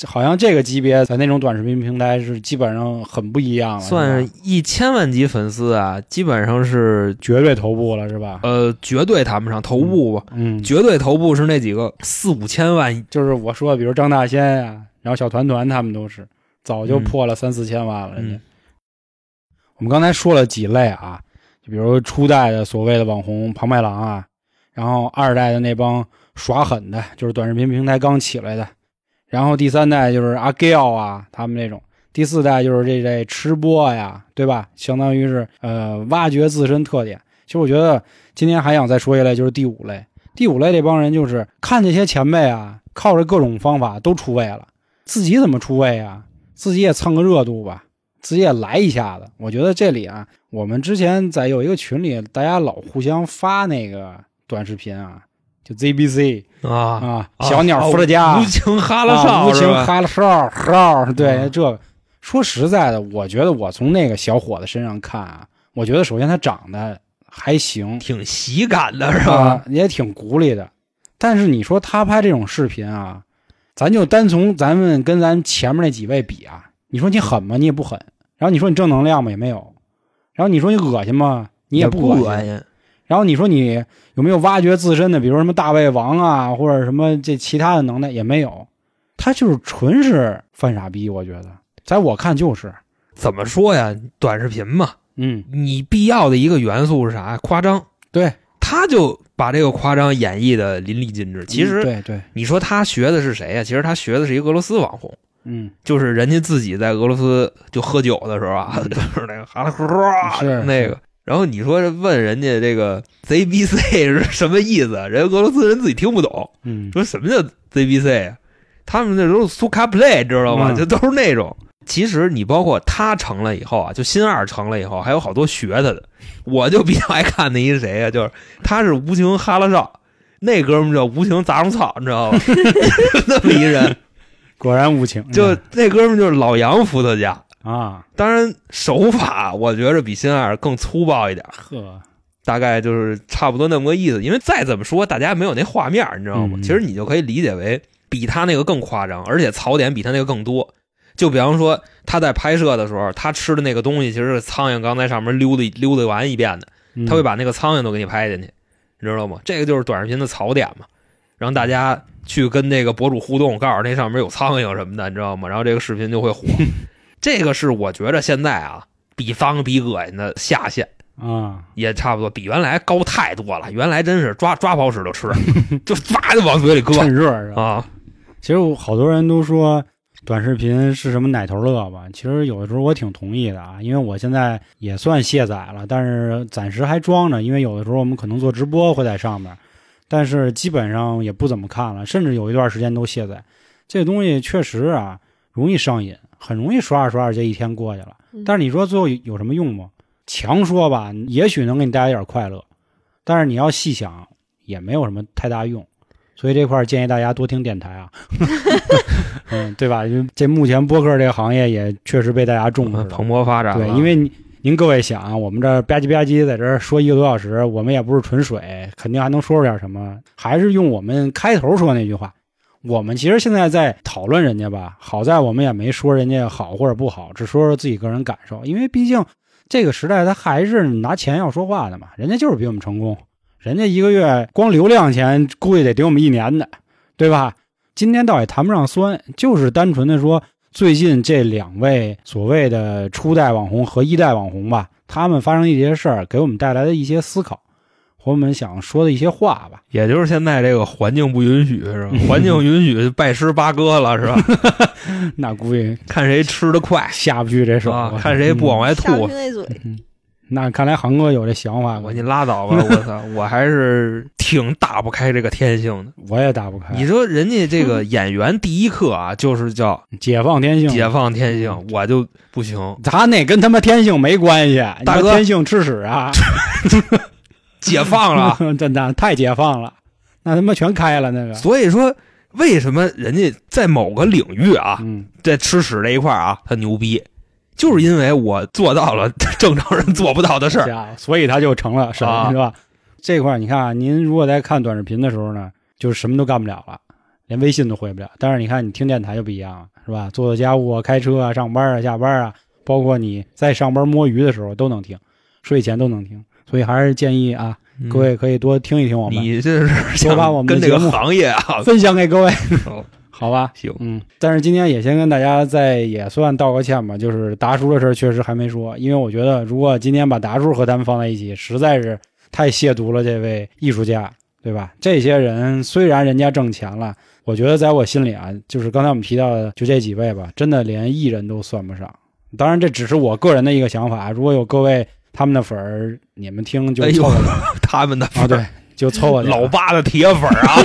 A: 好像这个级别在那种短视频平台是基本上很不一样了，
B: 算
A: 是吧
B: 是一千万级粉丝啊，基本上是
A: 绝对头部了，是吧？
B: 呃绝对谈不上头部吧，
A: 嗯，
B: 绝对头部是那几个四五千万。
A: 就是我说的，比如张大仙呀、然后小团团他们都是早就破了三四千万了，人家。
B: 嗯
A: 我们刚才说了几类啊，就比如初代的所谓的网红庞麦郎啊，然后二代的那帮耍狠的，就是短视频平台刚起来的，然后第三代就是阿 g a l 啊，他们那种。第四代就是这这吃播呀，对吧？相当于是呃挖掘自身特点。其实我觉得今天还想再说一类，就是第五类。第五类这帮人就是看这些前辈啊，靠着各种方法都出位了，自己怎么出位啊？自己也蹭个热度吧，自己也来一下子。我觉得这里啊，我们之前在有一个群里，大家老互相发那个短视频啊，就 ZBC
B: 啊，
A: 啊，
B: 啊
A: 小鸟伏特加，
B: 无情哈拉
A: 啊，
B: 少、
A: 无
B: 是
A: 情
B: 吧？
A: 哈拉哨哨，对、
B: 嗯
A: 这个。说实在的，我觉得我从那个小伙子身上看啊，我觉得首先他长得还行，
B: 挺喜感的是吧
A: 啊？，也挺鼓励的。但是你说他拍这种视频啊，咱就单从咱们跟咱前面那几位比啊，你说你狠吗？你也不狠。然后你说你正能量吗？也没有。然后你说你恶心吗？你也不
B: 不
A: 恶心。
B: 恶心，
A: 然后你说你有没有挖掘自身的，比如什么大胃王啊，或者什么这其他的能耐也没有，他就是纯是犯傻逼，我觉得，在我看就是，
B: 怎么说呀？短视频嘛，
A: 嗯，
B: 你必要的一个元素是啥？夸张。
A: 对，
B: 他就把这个夸张演绎的淋漓尽致。其
A: 嗯
B: 实
A: 对对，
B: 你说他学的是谁呀、其实他学的是一个俄罗斯网红，
A: 嗯，
B: 就是人家自己在俄罗斯就喝酒的时候啊， [LAUGHS] 就是那个哈啦呼啦
A: 嗯是
B: 那个。然后你说问人家这个 [LAUGHS] ZBC 是什么意思？人家俄罗斯人自己听不懂，
A: 嗯，
B: 说什么叫 ZBC 啊？他们那都是苏卡 play，知道吗？
A: 嗯
B: 就都是那种。其实你包括他成了以后啊，就新二成了以后，还有好多学他的。我就比较爱看那一谁啊，就是他是无情哈拉少，那哥们儿叫无情杂种草，你知道吗？ [LAUGHS] 那么一人，
A: 果然无情，
B: 就
A: 嗯
B: 那哥们儿就是老杨伏特加。
A: 啊，
B: 当然手法我觉着比新二更粗暴一点，
A: 呵，
B: 大概就是差不多那么个意思。因为再怎么说，大家没有那画面儿，你知道吗？
A: 嗯
B: 其实你就可以理解为比他那个更夸张，而且槽点比他那个更多。就比方说他在拍摄的时候，他吃的那个东西其实是苍蝇刚在上面溜达溜达完一遍的，
A: 嗯
B: 他会把那个苍蝇都给你拍进去，你知道吗？这个就是短视频的槽点嘛，让大家去跟那个博主互动，告诉那上面有苍蝇什么的，你知道吗？然后这个视频就会
A: [LAUGHS]
B: 火。这个是我觉着现在啊，比脏比恶心的下限。
A: 啊，
B: 也差不多，比原来高太多了。原来真是抓抓泡屎
A: [LAUGHS]
B: 就吃，就哇就往嘴里搁
A: 趁热是吧？
B: 啊！
A: 其实我好多人都说短视频是什么奶头乐吧，其实有的时候我挺同意的啊，因为我现在也算卸载了，但是暂时还装着，因为有的时候我们可能做直播会在上面，但是基本上也不怎么看了，甚至有一段时间都卸载。这东西确实啊，容易上瘾，很容易刷着刷着这一天过去了。
C: 嗯
A: 但是你说最后有有什么用吗？强说吧，也许能给你带来点快乐，但是你要细想，也没有什么太大用。所以这块儿建议大家多听电台啊，嗯，对吧？因为这目前播客这个行业也确实被大家重视
B: [LAUGHS]
A: 了，
B: 嗯蓬勃发展了
A: 对，因为您您各位想啊，我们这儿吧唧吧唧在这儿说一个多小时，我们也不是纯水，肯定还能说出点什么。还是用我们开头说那句话，我们其实现在在讨论人家吧，好在我们也没说人家好或者不好，只说说自己个人感受，因为毕竟这个时代他还是拿钱要说话的嘛，人家就是比我们成功，人家一个月光流量钱估计得顶我们一年的，对吧？今天倒也谈不上酸，就是单纯的说，最近这两位所谓的初代网红和一代网红吧，他们发生一些事儿，给我们带来的一些思考，和我们想说的一些话吧。 [LAUGHS]
B: 也就是现在这个环境不允许是吧？环境允许拜师八哥了是吧？ [LAUGHS]
A: 那估计
B: 看谁吃的快
A: 下不去这手，
B: 啊，看谁不往
A: 嗯
B: 外
C: 下
B: 吐
C: 不去。那嘴，
A: 那看来航哥有这想法，
B: 我
A: 我
B: 你拉倒吧！我操，我
A: [LAUGHS]
B: 还是挺打不开这个天性的。
A: 我也打不开。
B: 你说人家这个演员第一课啊，就是叫
A: 解放天性，
B: 解放天性，我就不行。
A: 他那跟他妈天性没关系，你
B: 大
A: 说
B: 哥
A: 天性吃屎啊！
B: 解
A: [LAUGHS]
B: 放了。啊
A: 真的太解放了，那他妈全开了那个。
B: 所以说，为什么人家在某个领域啊，
A: 嗯，
B: 在吃屎这一块啊，他牛逼，就是因为我做到了 [LAUGHS] 正常人做不到的事儿。
A: 家伙所以他就成了神，
B: 啊
A: 是吧？这块儿你看啊，您如果在看短视频的时候呢，就是什么都干不了了，连微信都回不了。但是你看，你听电台就不一样了，是吧？做做家务啊、开车啊、上班啊、下班啊，包括你在上班摸鱼的时候都能听，睡前都能听。所以还是建议啊，
B: 嗯
A: 各，位可以多听一听我们，
B: 你这是想
A: 多把我们的
B: 跟这个
A: 节目
B: 行
A: [LAUGHS]
B: 业啊，
A: 分享给各位，
B: 好
A: 好吧？
B: 行，
A: 嗯，但是今天也先跟大家再也算道个歉吧，就是达叔的事儿确实还没说，因为我觉得如果今天把达叔和他们放在一起，实在是太亵渎了这位艺术家，对吧？这些人虽然人家挣钱了，我觉得在我心里啊，就是刚才我们提到的就这几位吧，真的连艺人都算不上。当然，这只是我个人的一个想法，啊如果有各位他们的粉儿，你们听就
B: 哎呦
A: 凑合
B: [LAUGHS]
A: 点、
B: 他们的
A: 啊，对，就凑合点
B: 老八的铁粉 [LAUGHS] 啊，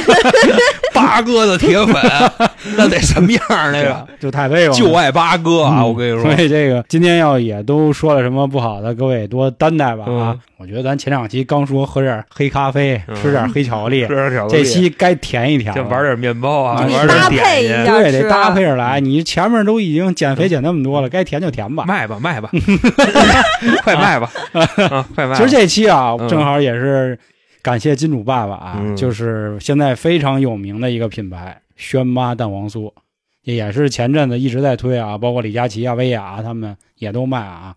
B: 八哥的铁粉，啊 [LAUGHS] 那得什么样儿那
A: 对
B: 个
A: 吧？就太威风了，
B: 就爱八哥 [LAUGHS] 啊！
A: 嗯
B: 我跟你
A: 所
B: 说，
A: 以这个今天要也都说了什么不好的，各位也多担待吧啊！
B: 嗯
A: 我觉得咱前两期刚说喝点黑咖啡，
B: 嗯
A: 吃点黑巧克力，
B: 这小
A: 这期该甜一甜
B: 就
A: 了，
B: 玩点面包啊，
A: 就你
B: 玩点
A: 搭
C: 配一
B: 点心，
C: 下
A: 对，
C: 吃
A: 得搭配着
B: 啊
A: 来。你前面都已经减肥减那么
B: 嗯
A: 多了，该甜就甜吧。
B: 卖吧 [LAUGHS] 卖吧，快卖 [LAUGHS] 吧啊，快卖吧！
A: 其实这期啊，
B: 嗯
A: 正好也是感谢金主爸爸啊，
B: 嗯
A: 就是现在非常有名的一个品牌——轩妈蛋黄酥，也是前阵子一直在推啊，包括李佳琦啊、薇娅啊他们也都卖啊。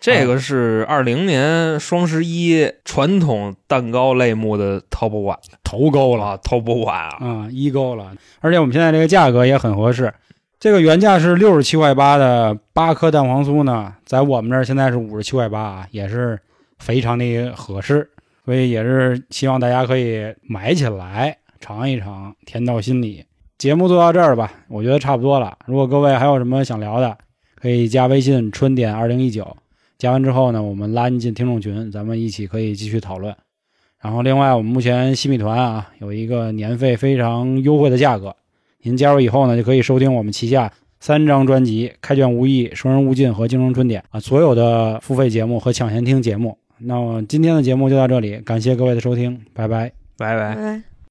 B: 这个是二零年双十一传统蛋糕类目的 top one
A: 头高了，
B: 啊，top one 啊，
A: 啊、一勾了。而且我们现在这个价格也很合适，这个原价是六十七块八的八颗蛋黄酥呢，在我们这儿现在是五十七块八啊，也是非常的合适，所以也是希望大家可以买起来尝一尝，甜到心里。节目做到这儿吧，我觉得差不多了。如果各位还有什么想聊的，可以加微信春点二零一九，加完之后呢，我们拉您进听众群，咱们一起可以继续讨论。然后另外，我们目前新米团啊有一个年费非常优惠的价格，您加入以后呢，就可以收听我们旗下三张专辑《开卷无益》《生人勿近》和《京城春点》啊所有的付费节目和抢先听节目。那么今天的节目就到这里，感谢各位的收听，拜拜。
B: 拜拜。
C: 对。